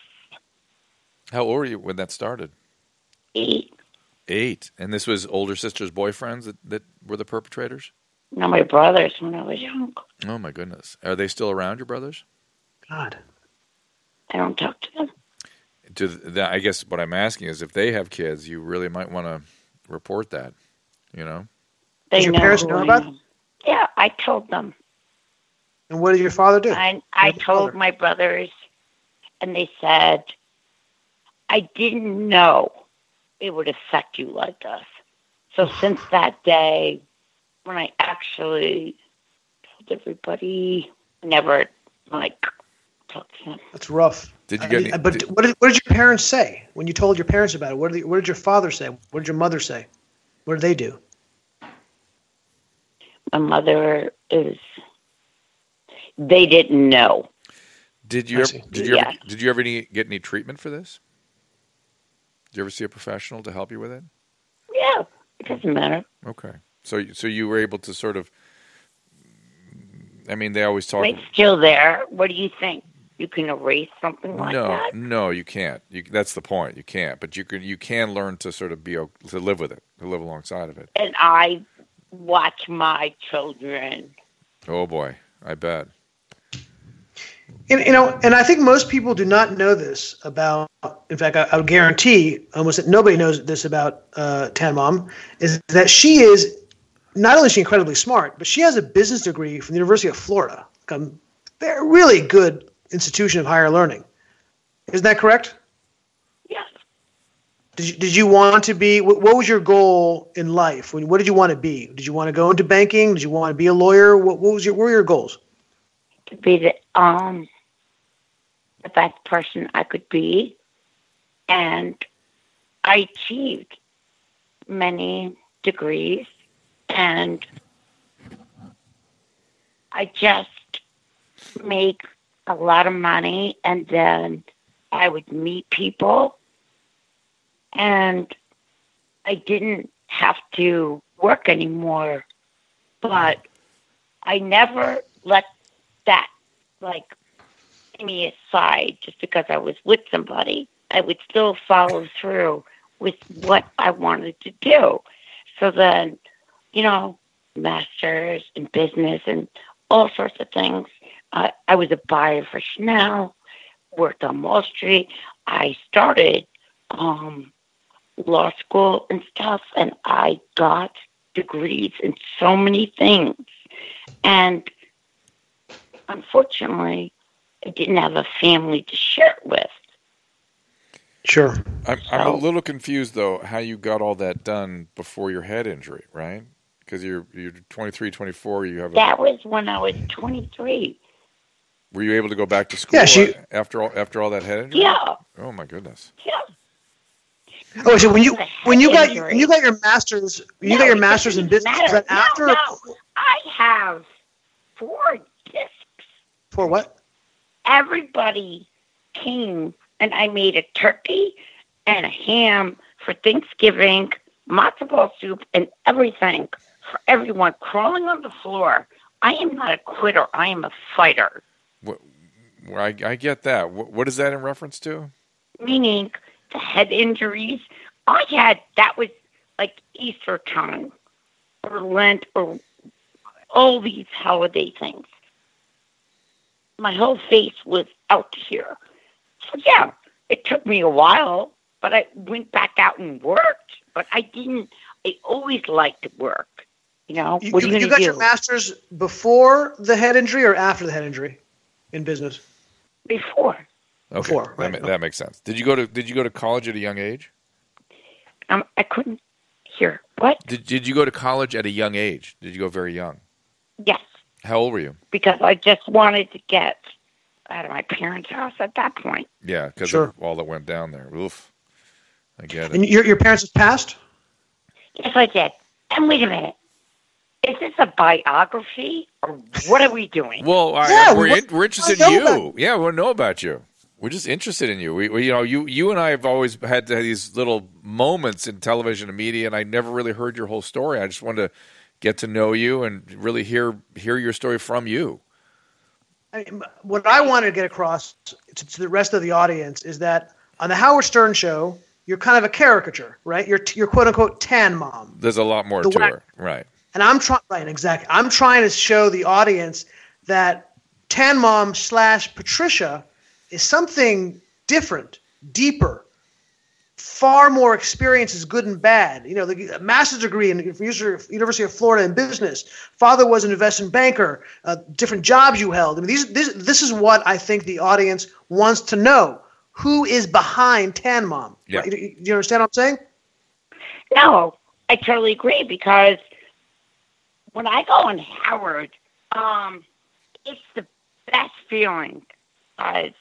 B: how old were you when that started?
D: eight.
B: Eight. And this was older sister's boyfriends that, that were the perpetrators?
D: Now my brothers when I was young.
B: Oh my goodness. Are they still around your brothers?
C: God.
D: I don't talk to them.
B: Do th- that I guess what I'm asking is if they have kids, you really might want to report that, you know?
D: They
C: Did your
D: know
C: parents
D: who
C: know
D: I
C: about
D: am. Yeah, I told them.
C: And what did your father do?
D: And I
C: Your
D: told
C: brother.
D: my brothers, and they said, I didn't know it would affect you like this. So since that day, when I actually told everybody, I never like talked to them.
C: That's rough.
B: Did you
C: I
B: get
C: mean,
B: any-
C: Uh, but
B: did-
C: what did, what did your parents say when you told your parents about it? What did, what did your father say? What did your mother say? What did they do?
D: My mother is, they didn't know.
B: Did you
C: I
B: ever,
C: see.
B: did you ever,
D: Yeah.
B: did you ever any, get any treatment for this? Did you ever see a professional to help you with it?
D: Yeah, it doesn't matter.
B: Okay. So you- so you were able to sort of I mean, they always talk
D: It's still there. What do you think? You can erase something like
B: no,
D: that?
B: no, you can't. You, that's the point. You can't, but you can. You can learn to sort of be o- to live with it, to live alongside of it.
D: And I watch my children.
B: Oh boy, I bet.
C: And, you know, and I think most people do not know this about. In fact, I, I would guarantee almost that nobody knows this about uh, Tan Mom is that she is not only is she incredibly smart, but she has a business degree from the University of Florida, like a very, really good institution of higher learning. Isn't that correct?
D: Yes.
C: Did you, did you want to be? What, what was your goal in life? When, what did you want to be? Did you want to go into banking? Did you want to be a lawyer? What, what was your? What were your goals?
D: To be the um the best person I could be. And I achieved many degrees and I just make a lot of money, and then I would meet people, and I didn't have to work anymore. But I never let that like take me aside just because I was with somebody. I would still follow through with what I wanted to do. So then, you know, masters and business and all sorts of things. I I was a buyer for Chanel, worked on Wall Street. I started um, law school and stuff, and I got degrees in so many things. And unfortunately, I didn't have a family to share it with.
C: Sure.
B: I'm, I'm a
D: So-
B: little confused though how you got all that done before your head injury, right? Because you're you're 23, 24. You have a,
D: That was when I was 23.
B: were you able to go back to school
C: Yeah, she-
B: after all after all that head injury?
D: Yeah,
B: Oh my goodness.
D: yeah.
C: Oh, so when you
D: That's a
C: when you got
D: injury.
C: when you got your masters, you
D: No,
C: got your
D: it
C: masters in
D: doesn't
C: business. Was
D: matter.
C: that after
D: No, no. I have four discs.
C: for what?
D: Everybody came, and I made a turkey and a ham for Thanksgiving, matzo ball soup, and everything for everyone crawling on the floor. I am not a quitter. I am a fighter.
B: Well, I, I get that. What, what is that in reference to?
D: meaning the head injuries. I had that was like Easter time or Lent or all these holiday things. My whole face was out here. So yeah, it took me a while, but I went back out and worked. But I didn't. I always liked to work. You know,
C: You,
D: what are
C: you-
D: you,
C: you
D: gonna
C: got
D: do?
C: your masters before the head injury or after the head injury in business?
D: Before
B: Okay,
C: Before,
B: that,
C: right.
B: ma- that makes sense. Did you go to Did you go to college at a young age?
D: um, I couldn't hear what.
B: Did Did you go to college at a young age? Did you go very young?
D: Yes.
B: How old were you?
D: because I just wanted to get out of my parents' house at that point.
B: Yeah, because
C: Sure.
B: of all that went down there. Oof. I get it.
C: And your your parents have passed.
D: Yes, I did. And wait a minute. Is this a biography or what are we doing?
B: Well, I,
C: Yeah,
B: we're,
C: what-
B: in, we're interested
C: I
B: in you.
C: know
B: Yeah, we want to know about you. We're just interested in you. We, we, you know, you, you and I have always had these little moments in television and media, and I never really heard your whole story. I just wanted to get to know you and really hear hear your story from you.
C: I mean, what I wanted to get across to, to the rest of the audience is that on the Howard Stern show, you're kind of a caricature, right? You're you're quote unquote tan mom,
B: There's a lot more to
C: one-
B: her, right?
C: and I'm trying right exactly. I'm trying to show the audience that tan mom slash Patricia is something different, deeper, far more experiences, good and bad. You know, the a master's degree in the University of Florida in business. Father was an investment banker. Uh, different jobs you held. I mean, these this this is what I think the audience wants to know. Who is behind Tan Mom?
B: Yeah.
C: Right? You, you understand what I'm saying?
D: No, I totally agree because when I go on Howard, um, it's the best feeling. As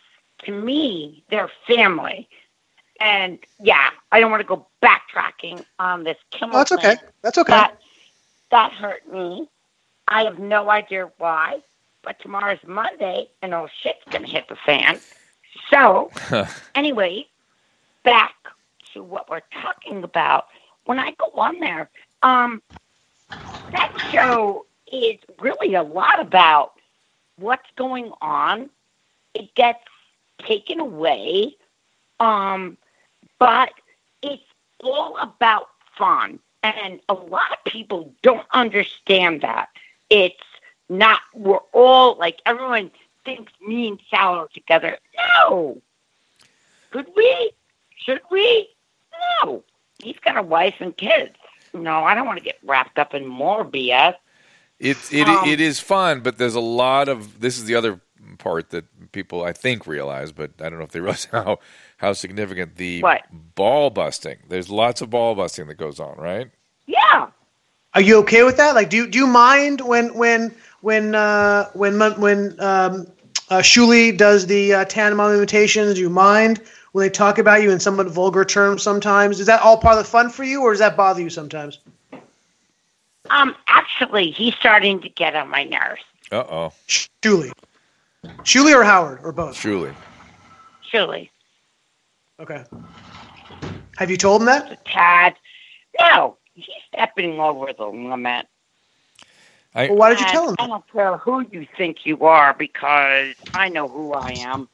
D: to me, they're family. And yeah, I don't want to go backtracking on this Kimmel
C: Oh, that's okay.
D: thing.
C: That's okay.
D: That that hurt me. I have no idea why, but tomorrow's Monday and all shit's gonna hit the fan. So anyway, back to what we're talking about. When I go on there, um that show is really a lot about what's going on. It gets taken away. Um but it's all about fun. And a lot of people don't understand that. It's not, we're all like, everyone thinks me and Sal are together. No. Could we? Should we? No. He's got a wife and kids. No, I don't want to get wrapped up in more BS.
B: It's it
D: Um,
B: it is fun, but there's a lot of this is the other part that people I think realize, but I don't know if they realize how how significant the
D: What?
B: ball busting. There's lots of ball busting that goes on, right?
D: Yeah.
C: Are you okay with that? Like, do you do you mind when when when uh, when Mon- when um, uh, Shuli does the uh, Tan Mom imitations? Do you mind when they talk about you in somewhat vulgar terms sometimes? Is that all part of the fun for you, or does that bother you sometimes?
D: Um. Actually, he's starting to get on my nerves.
B: Uh oh.
C: Shuli, Shuley or Howard or both?
B: Truly.
D: Surely.
C: Okay. Have you told him that?
D: Tad. No, he's stepping over the limit.
C: Well, why did you
D: And
C: tell him?
D: I don't care who you think you are because I know who I am.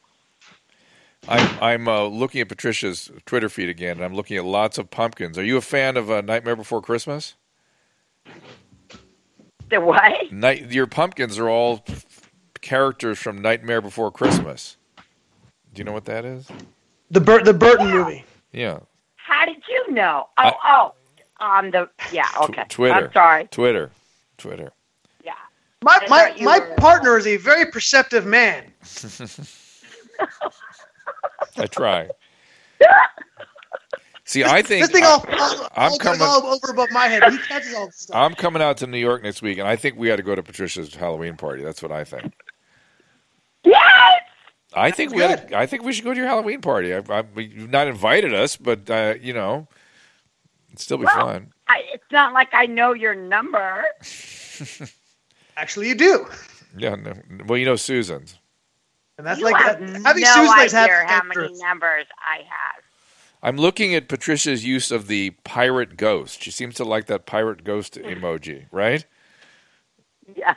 B: I'm, I'm uh, looking at Patricia's Twitter feed again, and I'm looking at lots of pumpkins. Are you a fan of uh, Nightmare Before Christmas?
D: The what?
B: Night, your pumpkins are all characters from Nightmare Before Christmas. Do you know what that is?
C: The Bur- the Burton movie.
B: Yeah.
D: How did you know? Oh,
B: I-
D: oh, on the yeah.
B: Tw-
D: Okay,
B: Twitter.
D: I'm sorry.
B: Twitter. Twitter.
D: Yeah.
C: My my,
D: I thought you
C: my
D: were-
C: partner is a very perceptive man.
B: I try. See, I think
C: This thing
B: I-
C: all, all,
B: I'm
C: all goes
B: coming-
C: all over above my head. He catches all this stuff.
B: I'm coming out to New York next week, and I think we ought to go to Patricia's Halloween party. That's what I think.
D: Yes.
B: I think we ought to, I think we should go to your Halloween party. I, I, you've not invited us, but uh, you know, it'd still be
D: Well,
B: fun.
D: I, it's not like I know your number.
C: Actually, you do.
B: Yeah. No, well, you know Susan's.
C: And that's
D: you
C: like uh,
D: have
C: having
D: no
C: Susan
D: idea
C: is having
D: how
C: dangerous.
D: many numbers I have.
B: I'm looking at Patricia's use of the pirate ghost. She seems to like that pirate ghost emoji, right?
D: Yeah.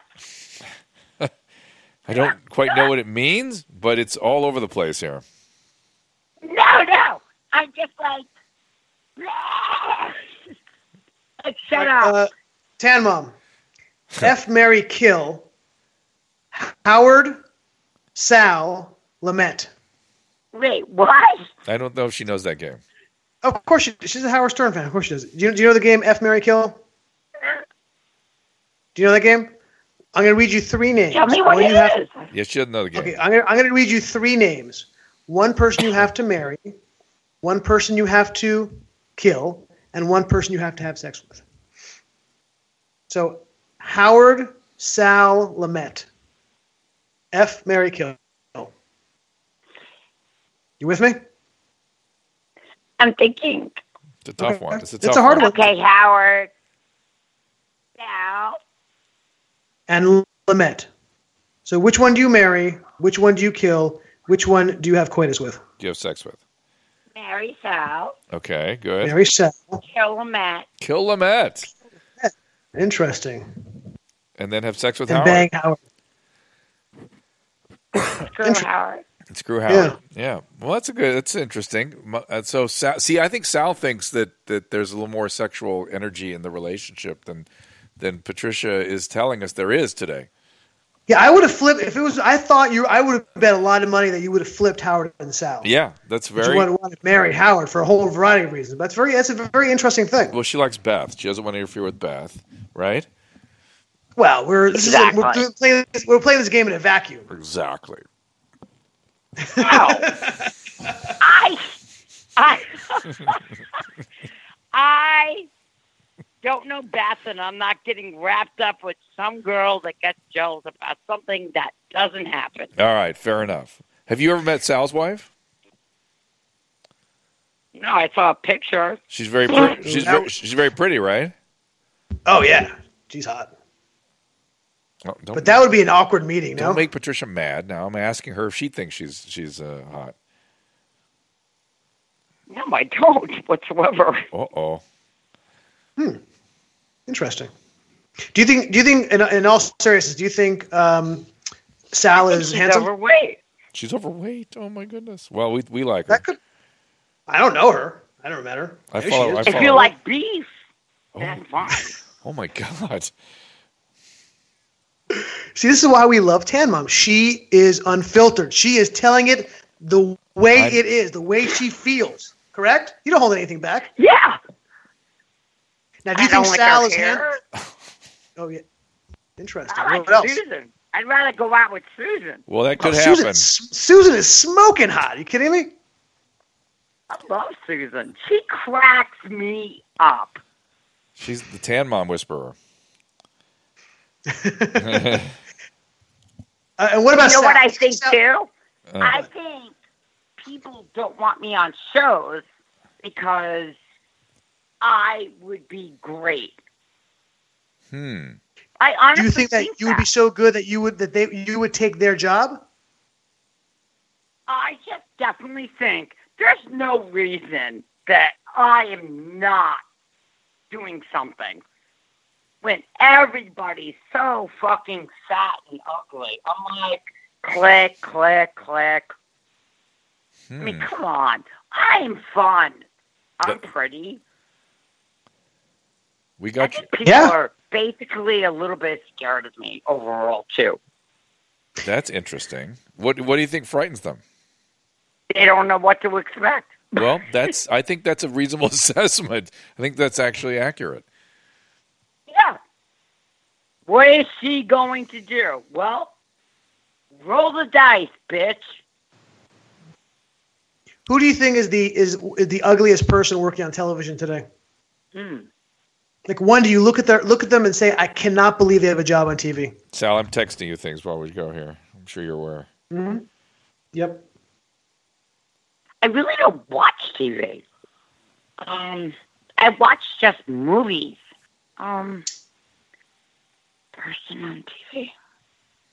B: I don't quite know what it means, but it's all over the place here.
D: No, no. I'm just like. Like, Shut up.
C: Uh, Tan Mom, F. Mary Kill, Howard, Sal, Lament.
D: Wait, what?
B: I don't know if she knows that game.
C: Of course, she, she's a Howard Stern fan. Of course, she does. Do you, do you know the game F. Mary Kill? Do you know that game? I'm going to read you three names.
D: Tell me what
C: One
D: it
C: you have-
D: is.
B: Yeah, she doesn't know the game.
C: Okay, I'm gonna, I'm gonna read you three names. One person you have to marry, one person you have to kill, and one person you have to have sex with. So Howard Sal Lamet. F Mary Kill. You with me?
D: I'm thinking.
B: It's a tough
C: Okay.
B: one. It's a
C: It's a
B: tough
C: hard
B: one.
C: one.
D: Okay, Howard. Now,
C: And Lamet. So which one do you marry? Which one do you kill? Which one do you have coitus with?
B: Do you have sex with?
D: Mary Sal,
B: Okay, good.
C: Mary Sal.
D: Kill Lamette.
B: Kill Lamette
C: Interesting.
B: and then have sex with
C: And
B: Howard.
C: bang Howard.
D: Screw
C: Inter-
D: Howard.
B: And screw Howard. Yeah. Well, that's a good. That's interesting. Mu- uh, So, Sal, see, I think Sal thinks that that there's a little more sexual energy in the relationship than than Patricia is telling us there is today.
C: Yeah, I would have flipped if it was. I thought you. I would have bet a lot of money that you would have flipped Howard and Sal.
B: Yeah, that's
C: But
B: very.
C: you want to marry Howard for a whole variety of reasons. But it's very. That's a very interesting thing.
B: Well, she likes Beth. She doesn't want to interfere with Beth, right?
C: Well, we're this is we're
D: Exactly.
C: doing- playing. this- We're playing this game in a vacuum.
B: Exactly.
D: Ow. I, I, I don't know Beth, and I'm not getting wrapped up with some girl that gets jealous about something that doesn't happen.
B: All right, fair enough. Have you ever met Sal's wife?
D: No, I saw a picture.
B: She's very. Pre- she's very, she's very pretty, right?
C: Oh yeah, she's hot.
B: Oh, don't,
C: But that would be an awkward meeting. No,
B: don't make Patricia mad. Now I'm asking her if she thinks she's she's uh, hot.
D: No, I don't whatsoever.
B: Uh oh.
C: interesting. Do you think? Do you think? In, in all seriousness, do you think um, Sal is
D: She's
C: handsome?
D: overweight.
B: She's overweight. Oh my goodness. Well, we we like her.
C: That could. I don't know her. I don't met her.
B: I
C: Maybe
B: follow-
C: she is.
B: I
D: If
B: follow-
D: you like beef,
B: Oh.
D: that's fine.
B: Oh my god.
C: See, this is why we love Tan Mom. She is unfiltered. She is telling it the way
B: I'm-
C: it is, the way she feels. Correct? You don't hold anything back.
D: Yeah.
C: Now, do
D: I
C: you
D: don't
C: think
D: like
C: Sal
D: her
C: is hand-
D: hair.
C: Oh yeah, interesting.
D: I
C: what else?
D: like Susan. I'd rather go out with Susan.
B: Well, that
C: Oh,
B: could
C: Susan,
B: happen.
C: S- Susan is smoking hot. Are you kidding me?
D: I love Susan. She cracks me up.
B: She's the tan mom whisperer.
C: Uh, and what about
D: You know
C: Sal?
D: what I think
C: Sal-
D: too?
B: Uh.
D: I think people don't want me on shows because I would be great.
B: Hmm.
D: I honestly
C: Do you think that you would be so good that you would that they you would take their job?
D: I just definitely think there's no reason that I am not doing something when everybody's so fucking fat and ugly. I'm like, click, click, click. I
B: Hmm.
D: mean, come on. I'm fun. I'm
B: But-
D: pretty.
B: We
D: I
B: got you.
D: think people
C: Yeah.
D: are basically a little bit scared of me overall, too.
B: That's interesting. What What do you think frightens them?
D: They don't know what to expect.
B: Well, that's. I think that's a reasonable assessment. I think that's actually accurate.
D: Yeah. What is she going to do? Well, roll the dice, bitch.
C: Who do you think is the is the ugliest person working on television today?
D: Hmm.
C: Like one, do you look at their look at them and say, "I cannot believe they have a job on TV"?
B: Sal, I'm texting you things while we go here. I'm sure you're aware.
C: Yep.
D: I really don't watch TV. Um, I watch just movies. Um, person on TV.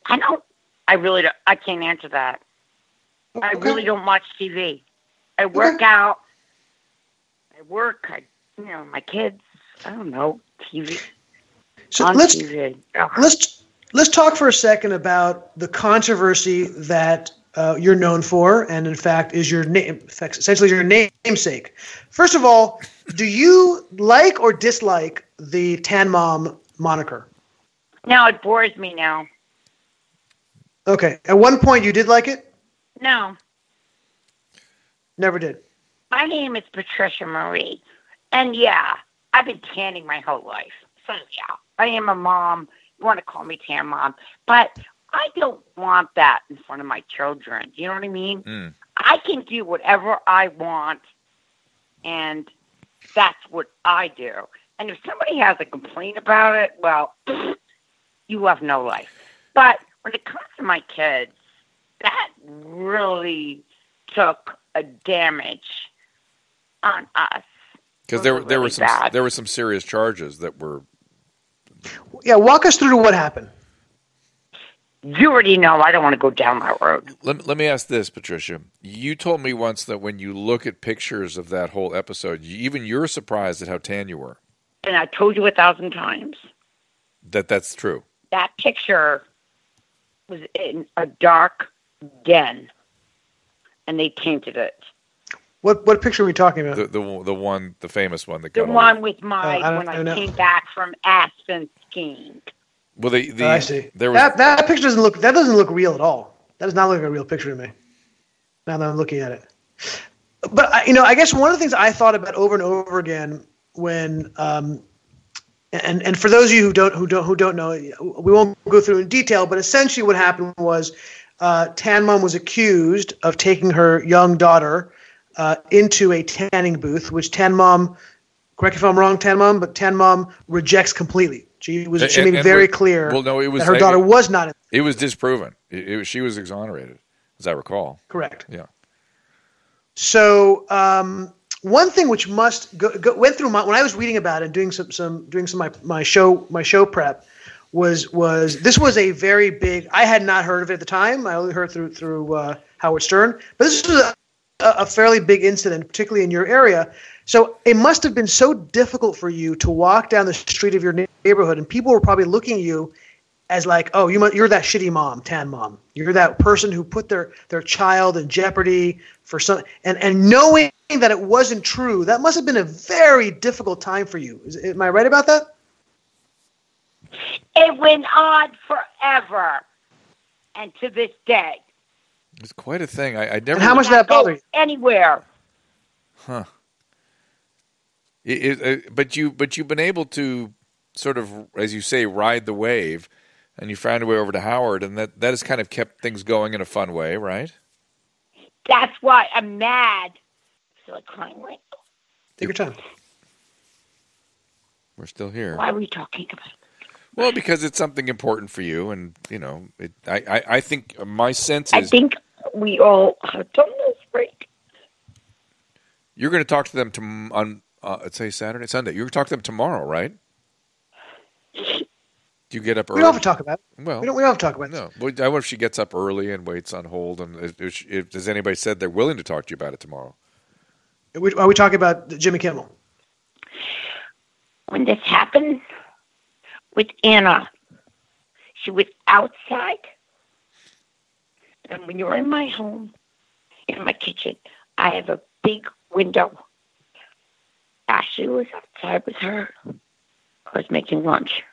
D: I don't. I really don't. I can't answer that. I
C: Okay.
D: really don't watch TV. I work
C: Okay.
D: out. I work. I, you know, my kids. I don't know TV
C: So
D: on
C: let's
D: TV. Ugh.
C: let's let's talk for a second about the controversy that uh, you're known for, and in fact is your name, in fact, essentially your namesake. First of all, do you like or dislike the Tan Mom moniker?
D: No, it bores me now.
C: Okay, at one point you did like it,
D: No,
C: never did.
D: my name is Patricia Marie, and yeah, I've been tanning my whole life. So yeah, I am a mom. You want to call me tan mom, but I don't want that in front of my children. You know what I mean?
B: Mm.
D: I can do whatever I want, and that's what I do. And if somebody has a complaint about it, well, you have no life. But when it comes to my kids, that really took a damage on us.
B: Because
D: Those
B: there
D: are
B: there were
D: really
B: some
D: bad.
B: there were some serious charges that were
C: Yeah, walk us through what happened.
D: You already know I don't want to go down that road.
B: let, let me ask this, Patricia. You told me once that when you look at pictures of that whole episode, you, even you're surprised at how tan you were.
D: And I told you a thousand times
B: That that's true.
D: that picture was in a dark den, and they tainted it.
C: What what picture are we talking about?
B: The the one- the one the famous one that
D: The
B: got all-
D: one with my
C: Oh, I don't-
D: when
C: I
D: I,
C: don't know.
D: came back from Aspen skiing.
B: well the, the
C: Oh, I see.
B: there was
C: that that picture doesn't look that doesn't look real at all. That does not look like a real picture to me. Now that I'm looking at it, but I, you know, I guess one of the things I thought about over and over again when, um, and and for those of you who don't who don't who don't know, we won't go through in detail, but essentially what happened was, uh, Tan Mom was accused of taking her young daughter uh, into a tanning booth, which Tan Mom. Correct me if I'm wrong, Tan Mom, but Tan Mom rejects completely. She was she
B: And-
C: made
B: and
C: very
B: we-
C: clear
B: well, no, it was-
C: that her daughter
B: it-
C: was not
B: it was disproven. It, it was- she was exonerated, as I recall.
C: correct.
B: Yeah.
C: So um, one thing which must go, go, went through my when I was reading about it and doing some some doing some of my my show my show prep was was this was a very big I had not heard of it at the time I only heard through through uh, Howard Stern but this was a, a fairly big incident particularly in your area so it must have been so difficult for you to walk down the street of your neigh- neighborhood and people were probably looking at you as like, oh, you mu- you're that shitty mom, tan mom. You're that person who put their their child in jeopardy for some and and knowing that it wasn't true, that must have been a very difficult time for you. Is, am I right about that?
D: It went on forever, and to this day,
B: It's quite a thing. I, I never.
C: And how much did that
D: go
C: bother you?
D: anywhere.
B: It, it, uh, but you but you've been able to sort of, as you say, ride the wave, and you found a way over to Howard, and that that has kind of kept things going in a fun way, right?
D: That's why I'm mad. I feel like crying right now.
C: Take your time.
B: We're still here.
D: Why are we talking about it?
B: Well, because it's something important for you, and you know, it, I, I I think my sense
D: I
B: is
D: think we all have done this break.
B: you're going to talk to them to, on uh, say Saturday, Sunday. You're going to talk to them tomorrow, right? Do you get up
C: We
B: early?
C: don't have to talk about it.
B: Well,
C: we don't. We don't have to talk about it.
B: No, Well, I wonder if she gets up early and waits on hold. And if, if, she- if does anybody said they're willing to talk to you about it tomorrow?
C: Are we, are we talking about Jimmy Kimmel?
D: when this happened with Anna, she was outside. And when you're in my home, in my kitchen, I have a big window. Ashley was outside with her. I was making lunch.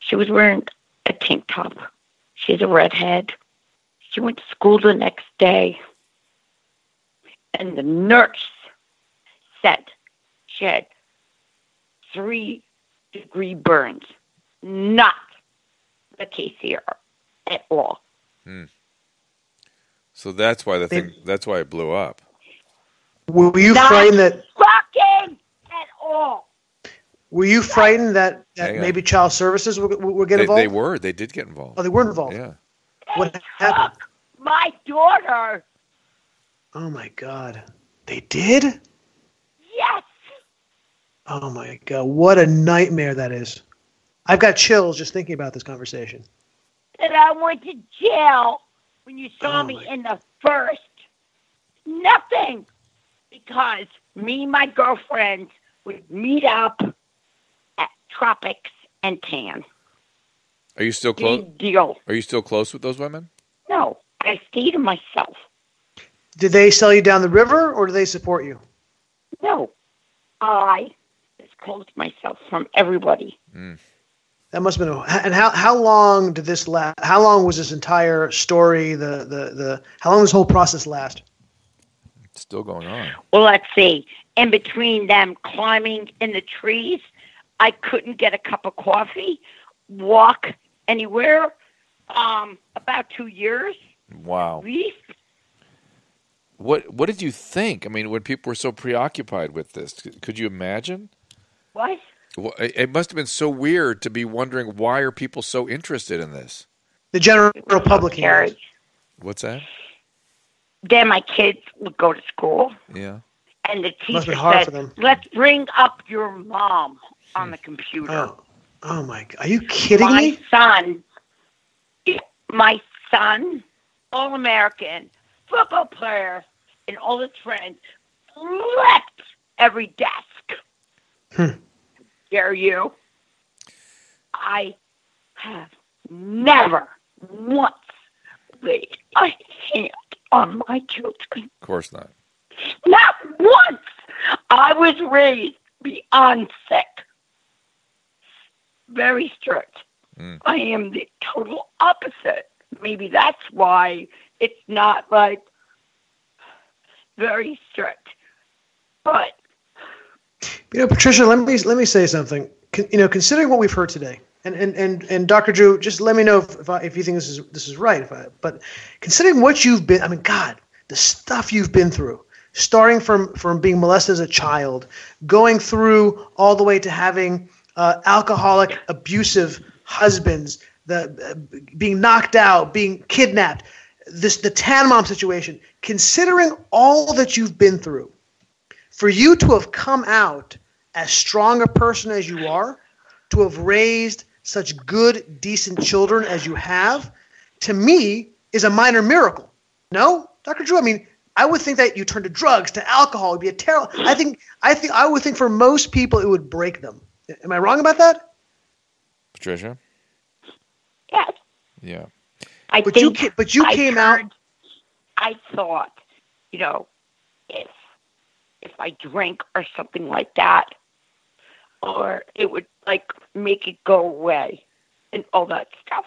D: She was wearing a tank top. She's a redhead. She went to school the next day. And the nurse said she had three degree burns, not the case here at all.
B: So that's why the
C: They-
B: thing. That's why it blew up.
C: Were were you
D: Not
C: frightened that?
D: fucking at all.
C: Were you frightened that, that
B: Hang on.
C: maybe child services would, would get
B: They,
C: involved?
B: they were. They did get involved.
C: Oh, they were involved.
B: yeah.
C: What happened?
D: My daughter,
C: Oh my God! They did.
D: yes,
C: Oh my God! What a nightmare that is. I've got chills just thinking about this conversation.
D: that I went to jail when you saw
C: Oh,
D: me
C: my-
D: in the first. Nothing, because me and my girlfriends would meet up at Tropics and Tan.
B: Are you still close?
D: Big deal.
B: Are you still close with those women?
D: No, I stayed to myself.
C: Did they sell you down the river, or do they support you?
D: No, I disclosed myself from everybody.
C: That must have been. A, and how how long did this last? How long was this entire story? The the the how long did this whole process last?
B: It's still going on.
D: Well, let's see. In between them climbing in the trees, I couldn't get a cup of coffee, walk anywhere. Um, about two years.
B: Wow.
D: We
B: What What did you think? I mean, when people were so preoccupied with this, c- could you imagine?
D: what?
B: Wha- It it must have been so weird to be wondering why are people so interested in this.
C: The general public. hearings.
D: Carriage.
B: What's that?
D: Then my kids would go to school,
B: Yeah.
D: and the
C: Must be
D: teacher
C: hard for
D: said,
C: them.
D: "Let's bring up your mom on the computer."
C: Oh, oh my! God. Are you kidding
D: my
C: me?
D: son, my son, all American football player, and all his friends left every desk.
C: Hmm.
D: Dare you? I have never once laid a hand on my children.
B: Of course not.
D: Not once. I was raised beyond sick. Very strict.
B: Mm.
D: I am the total opposite. Maybe that's why it's not like very strict. But
C: You know, Patricia, let me let me say something. Con, you know, considering what we've heard today, and and and, and Dr. Drew, just let me know if if, I, if you think this is this is right. If I, but considering what you've been, I mean, God, the stuff you've been through, starting from from being molested as a child, going through all the way to having uh, alcoholic, abusive husbands, the uh, being knocked out, being kidnapped, this the tan mom situation. Considering all that you've been through for you to have come out as strong a person as you are, to have raised such good, decent children as you have, to me is a minor miracle. No, Dr. Drew, I mean, I would think that you turn to drugs, to alcohol, would be a terrible. I think, I think, I would think for most people it would break them. Am I wrong about that?
B: Patricia?
D: yes,
B: Yeah.
D: I
C: But you,
D: think
C: ca- but you
D: I
C: came out.
D: turned- I thought, you know, if if I drank or something like that, or it would like make it go away and all that stuff.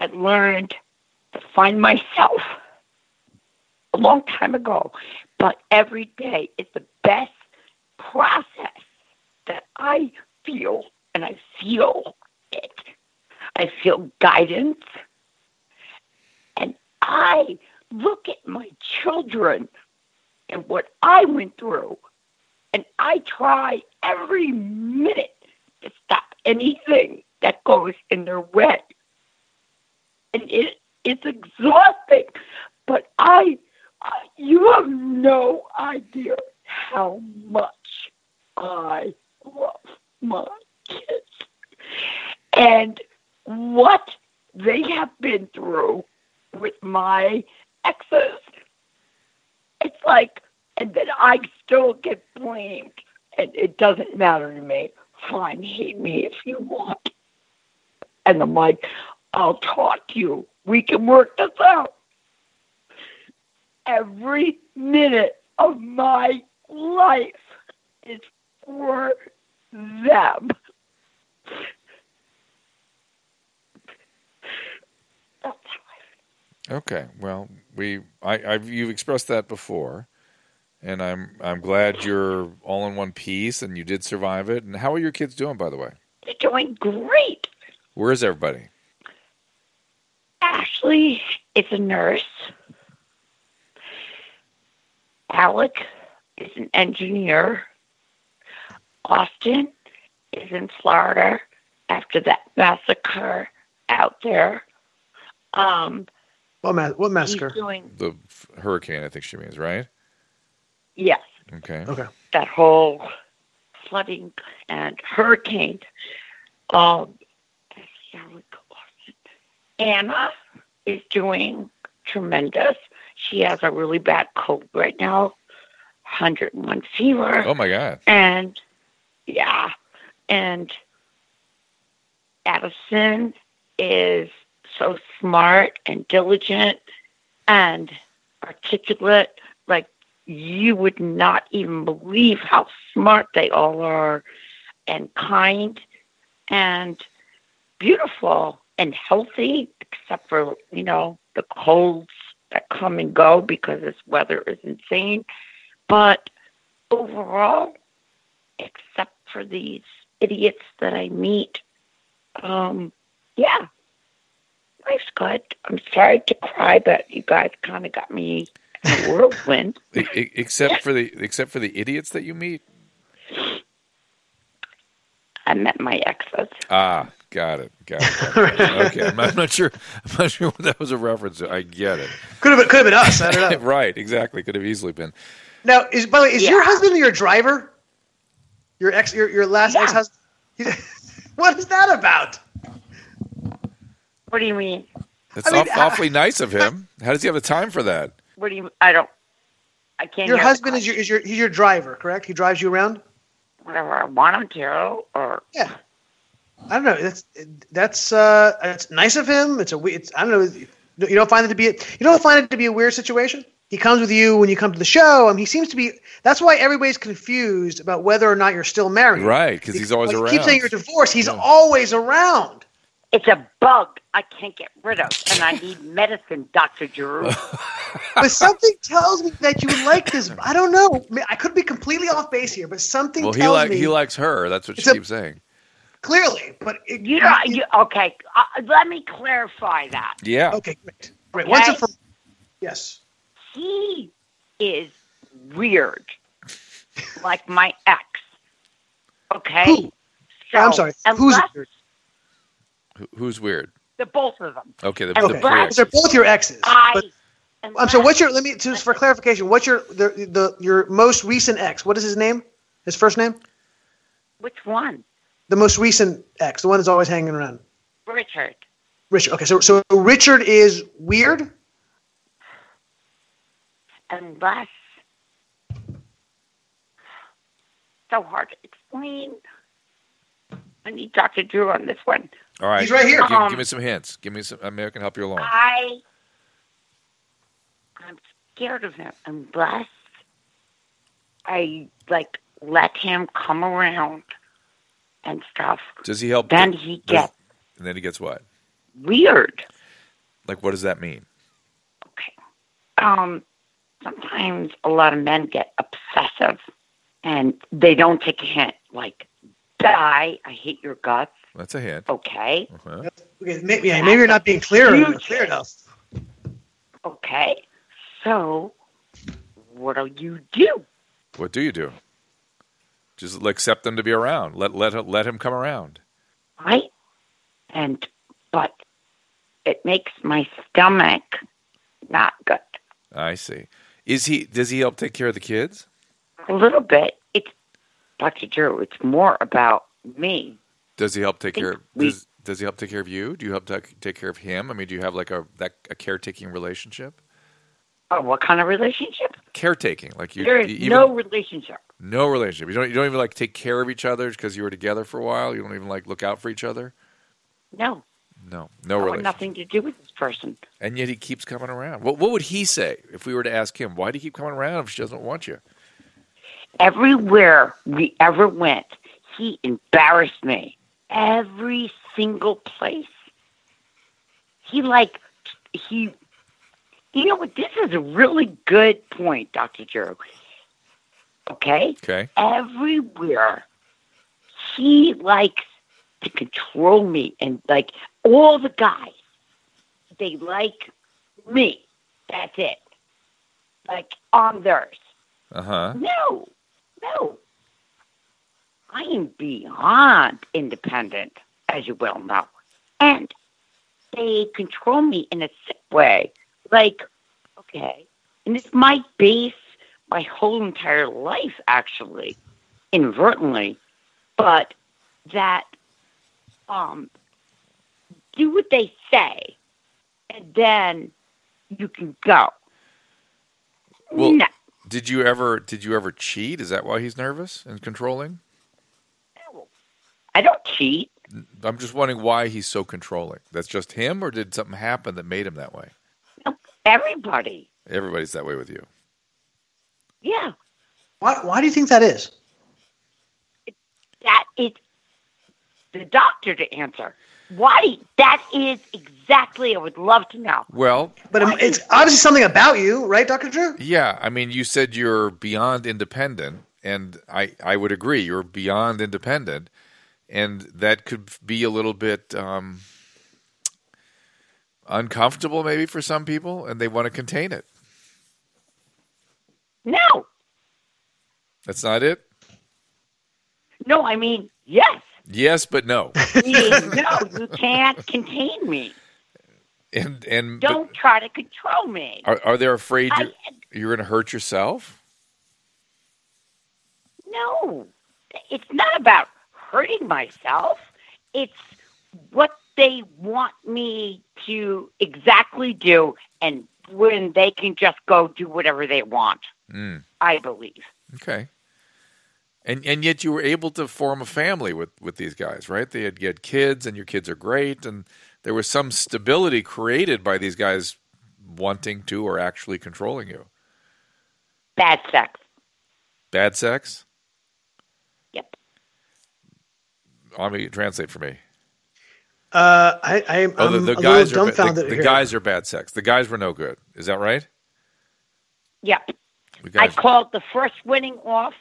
D: I learned to find myself a long time ago, but every day is the best process that I feel, and I feel it. I feel guidance. And I look at my children and what I went through, and I try every minute to stop anything that goes in their way. And it, it's exhausting, but I, I, you have no idea how much I love my kids. and what they have been through with my exes. It's like, and then I still get blamed, and it doesn't matter to me. Fine, hate me if you want. And I'm like, I'll talk to you. We can work this out. Every minute of my life is for them.
B: Okay. Well, we I, I've you've expressed that before, and I'm I'm glad you're all in one piece and you did survive it. And how are your kids doing, by the way?
D: They're doing great.
B: Where is everybody?
D: Ashley is a nurse. Alec is an engineer. Austin is in Florida after that massacre out there. Um,
C: What, ma- what
D: he's
C: massacre?
D: doing,
B: The f- hurricane, I think she means, right?
D: yes,
B: Okay.
C: Okay.
D: that whole flooding and hurricane. Um, Alec, Austin. Anna is doing tremendous. She has a really bad cold right now, 101 fever.
B: Oh my God.
D: And yeah, and Addison is so smart and diligent and articulate. Like you would not even believe how smart they all are, and kind, and beautiful and healthy, except for you know the colds that come and go because this weather is insane. But overall, except for these idiots that I meet. Um, yeah, life's good. I'm sorry to cry, but you guys kind of got me in a whirlwind.
B: E- e- except for the except for the idiots that you meet.
D: I met my exes.
B: Ah, got it. Got it. got it. okay. I'm not, I'm not sure. I'm not sure what that was a reference. to. I get it.
C: Could have been, could have been us. I don't know.
B: right. Exactly. Could have easily been.
C: Now, is by the way, is your
D: Yeah.
C: husband your driver? Your ex, your, your last
D: Yeah.
C: ex husband. what is that about?
D: What do you mean?
B: That's
C: I mean,
B: aw- awfully nice of him. How does he have the time for that?
D: What do you? I don't. I can't.
C: Your
D: hear the
C: husband
D: cry.
C: is your is your he's your driver, correct? He drives you around.
D: whatever I want him to, or
C: Yeah. I don't know. That's that's uh, it's nice of him. It's a we- it's I don't know. You don't find it to be you don't find it to be a weird situation. He comes with you when you come to the show. I mean, he seems to be. That's why everybody's confused about whether or not you're still married.
B: Right, because he's always
C: Well, you
B: around.
C: keep saying you're divorced. He's always around.
D: it's a bug I can't get rid of, and I need medicine, Doctor Drew.
C: But something tells me that you like this. I don't know. I mean, I could be completely off base here, but something
B: well, he
C: tells
B: like
C: me
B: he likes her. That's what she
C: It's a-
B: keeps saying.
C: clearly. But it,
D: You know, you, okay. Uh, let me clarify that.
B: Yeah.
C: okay, great, great. Once and
D: Right.
C: for yes.
D: he is weird, like my ex. Okay,
C: Who?
D: so
C: I'm sorry. Who's
D: Unless
C: weird?
B: Wh- Who's weird?
D: the both of them?
B: Okay.
C: Oh,
B: The,
D: Okay.
B: the queer.
C: They're both your exes.
D: I.
C: but- I'm
D: unless-
C: sorry. What's your? Let me just for clarification. What's your the, the your most recent ex? What is his name? His first name?
D: which one?
C: The most recent ex, the one that's always hanging around.
D: Richard.
C: Richard. Okay, so so Richard is weird.
D: Unless so hard to explain. I need Dr. Drew on this one.
B: All right.
C: He's right here. Uh,
B: Give,
D: Um,
B: give me some hints. Give me some. I mean, I can help you along.
D: I I'm scared of him unless I like let him come around and stuff.
B: Does he help?
D: Then he
B: does-
D: gets
B: And then he gets what?
D: weird.
B: Like, what does that mean?
D: Okay. Um sometimes a lot of men get obsessive and they don't take a hint like die, I hate your guts.
B: That's a hint.
D: Okay.
B: Uh-huh.
C: Okay, maybe, yeah, maybe you're not being clear,
D: Huge.
C: clear enough.
D: Okay. So what'll you do?
B: What do you do? Just accept them to be around. Let let him- let him come around.
D: right? And but it makes my stomach not good
B: I see. Is he? Does he help take care of the kids?
D: a little bit. It's Dr. Drew. It's more about me.
B: Does he help take
D: Think
B: care?
D: we-
B: Does, Does he help take care of you? Do you help take take care of him? I mean, do you have like a that a caretaking relationship?
D: Oh, what kind of relationship?
B: Caretaking, like you,
D: There is
B: you even,
D: no relationship.
B: no relationship. You don't you don't even like take care of each other because you were together for a while. You don't even like look out for each other.
D: No,
B: No, no
D: I want
B: relationship.
D: Oh, nothing to do with this person.
B: And yet he keeps coming around. What what would he say if we were to ask him why do you keep coming around if she doesn't want you?
D: Everywhere we ever went, he embarrassed me. Every single place. He like he you know what this is a really good point, Dr. Drew. Okay?
B: Okay,
D: Everywhere he likes to control me and like all the guys they like me. That's it. Like I'm theirs.
B: uh huh.
D: No, no. I am beyond independent, as you well know. And they control me in a sick way. Like, okay. And this might base my whole entire life, actually, inadvertently, but that um, do what they say, and then you can go.
B: Well,
D: no.
B: Did you ever did you ever cheat? Is that why he's nervous and controlling?
D: I don't cheat.
B: I'm just wondering why he's so controlling. That's just him, or did something happen that made him that way?
D: Everybody.
B: Everybody's that way with you.
D: Yeah,
C: Why, why do you think that is?
D: that is the doctor to answer. Why? That is exactly. I would love to know.
B: Well,
C: But um, it's obviously something about you, right, Dr. Drew?
B: yeah. I mean, you said you're beyond independent, and I I would agree. You're beyond independent, and that could be a little bit um, uncomfortable, maybe for some people, and they want to contain it.
D: No,
B: That's not it.
D: no. I mean, yes.
B: Yes, but no,
D: I mean, no, you can't contain me.
B: and and but
D: Don't try to control me.
B: are are they afraid
D: I,
B: you're, you're going to hurt yourself?
D: no, it's not about hurting myself. It's what they want me to exactly do, and when they can just go do whatever they want.
B: Mm.
D: I believe.
B: Okay. And and yet you were able to form a family with with these guys, right? They had, you had kids, and your kids are great, and there was some stability created by these guys wanting to or actually controlling you.
D: Bad sex.
B: Bad sex.
D: Yep.
B: I mean, translate for me.
C: Uh, I, I, am
B: Oh, the,
C: I'm
B: the
C: a
B: guys
C: little
B: are ba-
C: dumbfounded
B: the, the
C: here.
B: guys are bad sex. The guys were no good. Is that right?
D: Yep.
B: The
D: I
B: guys.
D: called the first winning off,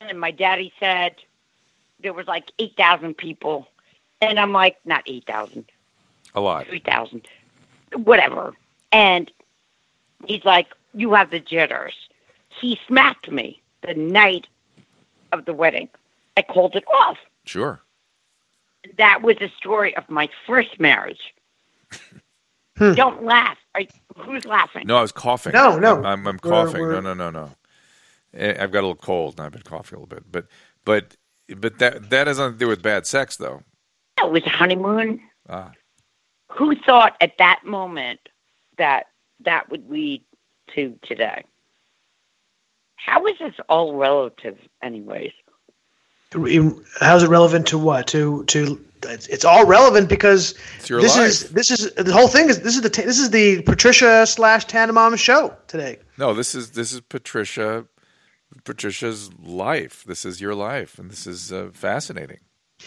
D: and my daddy said there was like 8,000 people. And I'm like, not 8,000,
B: a lot.
D: 3,000, whatever. And he's like, you have the jitters. He smacked me the night of the wedding. I called it off.
B: Sure.
D: That was the story of my first marriage. Don't laugh. Are, who's laughing?
B: No, I was coughing.
C: No, no.
B: I'm, I'm, I'm
C: We're-
B: coughing.
C: we're-
B: No, no, no, no. Eh, I've got a little cold, and I've been coughing a little bit. But, but, but that that has nothing to do with bad sex, though.
D: It was a honeymoon.
B: Ah.
D: Who thought at that moment that that would lead to today? How is this all relative, anyways?
C: In- How's it relevant to what? To to it's, it's all relevant because
B: It's your
C: this
B: life.
C: is this is the whole thing is this is the ta- this is the Patricia slash Tana Mom show today.
B: No, this is this is Patricia, Patricia's life. This is your life, and this is uh, fascinating.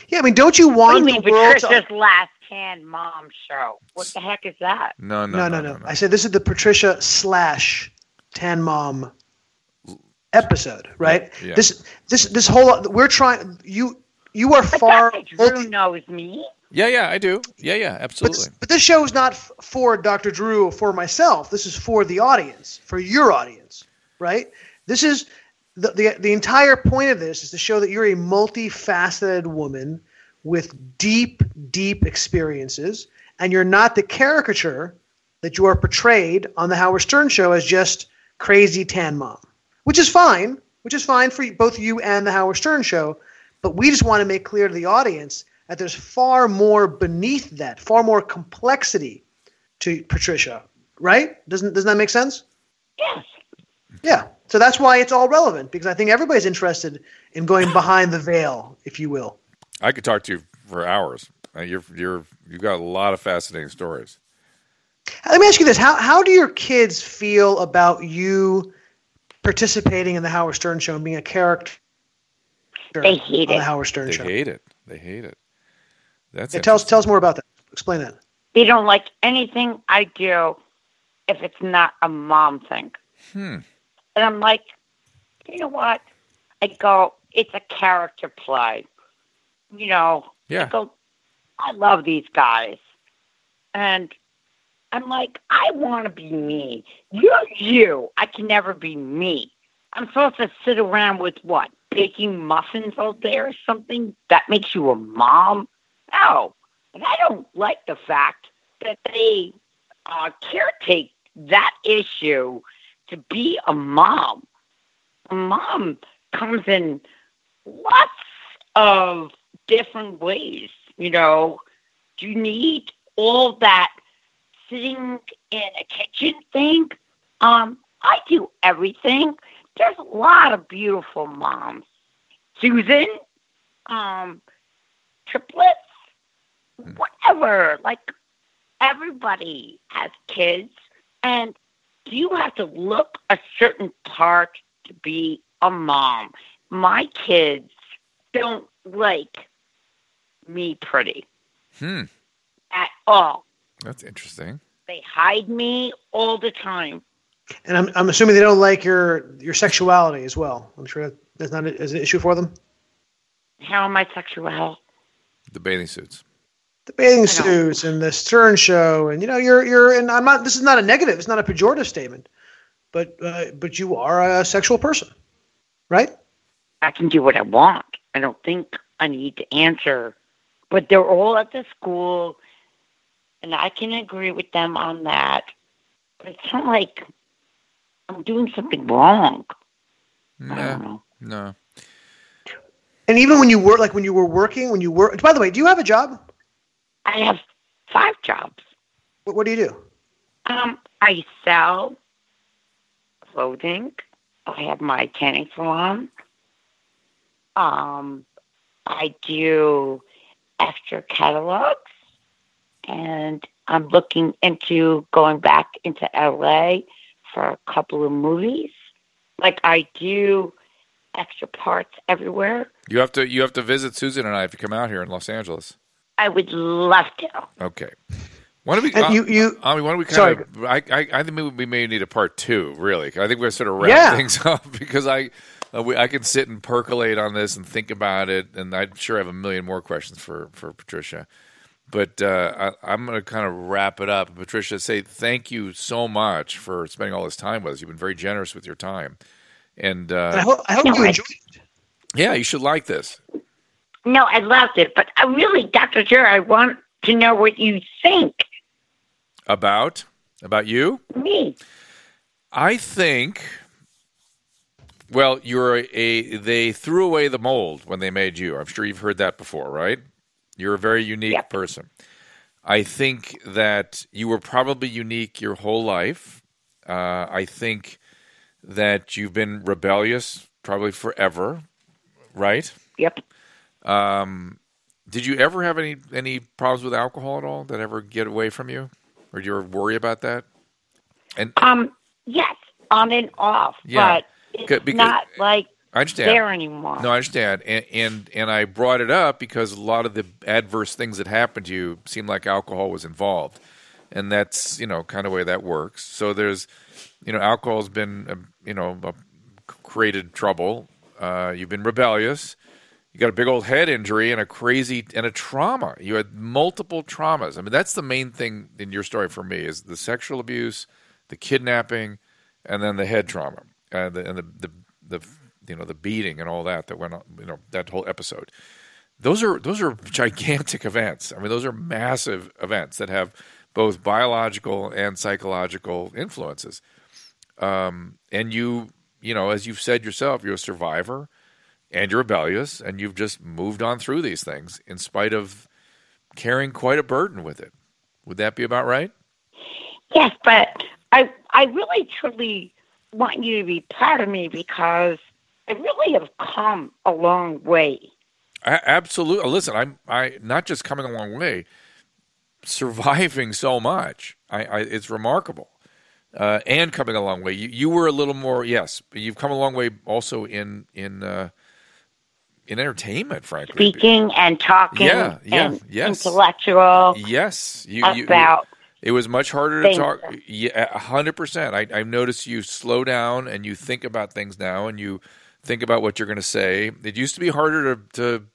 C: Yeah, I mean, don't you
D: What
C: want
D: do
C: the
D: you mean
C: world? To,
D: Patricia's last hand mom show? What the heck is that?
B: No, no,
C: no, no, no, I said this is the Patricia slash Tan Mom episode, right?
B: Yeah.
C: This this this whole we're trying you you are far.
D: God, Drew knows me.
B: Yeah, yeah, I do. Yeah, yeah,
C: But,
B: absolutely.
C: this- but this show is not f- for Dr. Drew or for myself. This is for the audience, for your audience, right? This is the, the, the entire point of this is to show that you're a multifaceted woman with deep, deep experiences, and you're not the caricature that you are portrayed on the Howard Stern show as just crazy tan mom, which is fine, which is fine for both you and the Howard Stern show. But we just want to make clear to the audience that there's far more beneath that, far more complexity to Patricia, right? Doesn't doesn't that make sense?
D: Yes.
C: Yeah. So that's why it's all relevant because I think everybody's interested in going behind the veil, if you will.
B: I could talk to you for hours. Uh, You're you're you've got a lot of fascinating stories.
C: Let me ask you this: How how do your kids feel about you participating in the Howard Stern show and being a character
D: They hate
C: on
D: it.
C: the Howard Stern
B: They
C: show?
B: hate it. They hate it. That's
C: Yeah, tell us
B: interesting.
C: tell us more about that. Explain that.
D: They don't like anything I do if it's not a mom thing.
B: Hmm.
D: And I'm like, you know what? I go, it's a character play. You know,
B: Yeah.
D: go, I love these guys. And I'm like, I want to be me. You're you. I can never be me. I'm supposed to sit around with what? Baking muffins out there or something? That makes you a mom? No. And I don't like the fact that they uh, caretake that issue to be a mom. A mom comes in lots of different ways. You know, you need all that sitting in a kitchen thing. Um, I do everything. There's a lot of beautiful moms. Susan, um, triplets, whatever. Like everybody has kids, and you have to look a certain part to be a mom. My kids don't like me pretty
B: Hmm.
D: at all.
B: That's interesting.
D: They hide me all the time.
C: And I'm I'm assuming they don't like your your sexuality as well. I'm sure that's not a, is an issue for them.
D: How am I sexual?
B: The bathing suits.
C: The bathing
D: I know.
C: suits and the Stern show, and you know you're you're and I'm not. This is not a negative. It's not a pejorative statement, but uh, but you are a sexual person, right?
D: I can do what I want. I don't think I need to answer. But they're all at the school, and I can agree with them on that. But it's not like I'm doing something wrong. I don't
B: No,
D: know.
B: no.
C: And even when you were like when you were working, when you were. By the way, do you have a job?
D: I have five jobs.
C: What, what do you do?
D: Um, I sell clothing. I have my tanning salon. Um, I do extra catalogs, and I'm looking into going back into LA for a couple of movies. Like I do extra parts everywhere.
B: You have to you have to visit Susan and I if you come out here in Los Angeles.
D: I would love to.
B: Okay. Why don't we?
C: And
B: uh,
C: you you
B: I mean, why don't we kind
C: Sorry.
B: of? I, I I think we- we may need a part two. Really, I think we're sort of wrap
C: Yeah.
B: things up because I uh, we, I can sit and percolate on this and think about it, and I'm sure I have a million more questions for for Patricia. But uh, I, I'm going to kind of wrap it up. Patricia, say thank you so much for spending all this time with us. You've been very generous with your time, and
C: And I
B: uh,
C: hope, I hope
D: No,
C: you
D: I-
C: enjoyed it.
B: yeah, you should like this.
D: No, I loved it, but I really, Dr. Jer, I want to know what you think.
B: About about you.
D: Me.
B: I think. Well, you're a, They threw away the mold when they made you. I'm sure you've heard that before, right? You're a very unique
D: Yep.
B: person. I think that you were probably unique your whole life. Uh, I think that you've been rebellious probably forever, right?
D: Yep.
B: Um, did you ever have any any problems with alcohol at all? That ever get away from you, or do you ever worry about that? And
D: Um, yes, on and off,
B: Yeah.
D: but it's
B: Good, because-
D: not like
B: I understand.
D: there anymore.
B: No, I understand, and, and and I brought it up because a lot of the adverse things that happened to you seemed like alcohol was involved, and that's you know kind of way that works. So there's, you know, alcohol's been um, you know uh, created trouble. Uh, you've been rebellious. You got a big old head injury and a crazy and a trauma. You had multiple traumas. I mean, that's the main thing in your story for me is the sexual abuse, the kidnapping, and then the head trauma uh, the, and the, the the you know the beating and all that that went on. You know that whole episode. Those are those are gigantic events. I mean, those are massive events that have both biological and psychological influences. Um, and you you know, as you've said yourself, you're a survivor and you're rebellious and you've just moved on through these things in spite of carrying quite a burden with it. Would that be about right?
D: Yes, but I I really truly want you to be proud of me because I really have come a long way.
B: A- absolutely. Listen, I'm I not just coming a long way, surviving so much. I, I it's remarkable, uh, and coming a long way. You, you were a little more yes. but You've come a long way also in in uh, in entertainment, frankly.
D: Speaking and talking
B: Yeah, yeah,
D: and
B: yes.
D: intellectual
B: Yes, you, you-
D: about
B: It was much harder to
D: Thank
B: talk. Yeah, hundred percent. I, I noticed you slow down and you think about things now, and you think about what you're going to say. It used to be harder to, to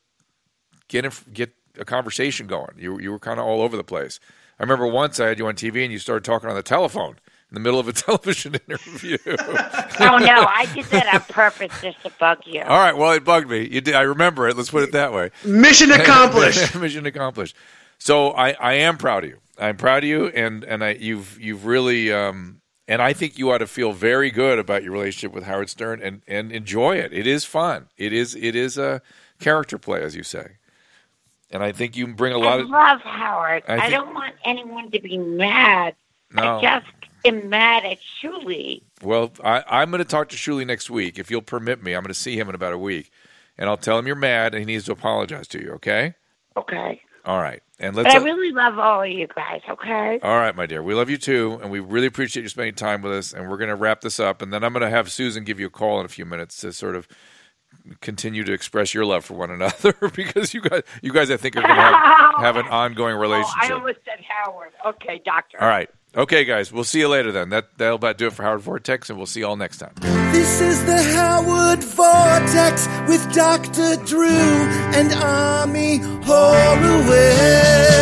B: get in, get a conversation going. You you were kind of all over the place. I remember once I had you on TV and you started talking on the telephone in the middle of a television interview.
D: oh no, I did that on purpose just to bug you.
B: all right, well it bugged me. You did. I remember it. Let's put it that way.
C: Mission accomplished.
B: Mission accomplished. So I, I am proud of you. I'm proud of you, and and I you've you've really um, and I think you ought to feel very good about your relationship with Howard Stern and and enjoy it. It is fun. It is it is a character play, as you say. And I think you bring a
D: I
B: lot of
D: love Howard.
B: I
D: I,
B: think-
D: don't want anyone to be mad.
B: No.
D: I just am mad at Julie.
B: well. I, I'm going to talk to Shuli next week if you'll permit me. I'm going to see him in about a week, and I'll tell him you're mad and he needs to apologize to you. Okay.
D: Okay.
B: All right. And let's. uh,
D: But I really love all of you guys, okay?
B: All right, my dear. We love you too, and we really appreciate you spending time with us. And we're going to wrap this up, and then I'm going to have Susan give you a call in a few minutes to sort of continue to express your love for one another because you guys, you guys, I think are going to have, have an ongoing
D: Oh, I
B: relationship.
D: almost said Howard. Okay, doctor.
B: all right, okay, guys. We'll see you later then. That that'll about do it for Howard Vortex, and we'll see you all next time.
A: This is the Howard Vortex with Dr. Drew and Army Horowitz.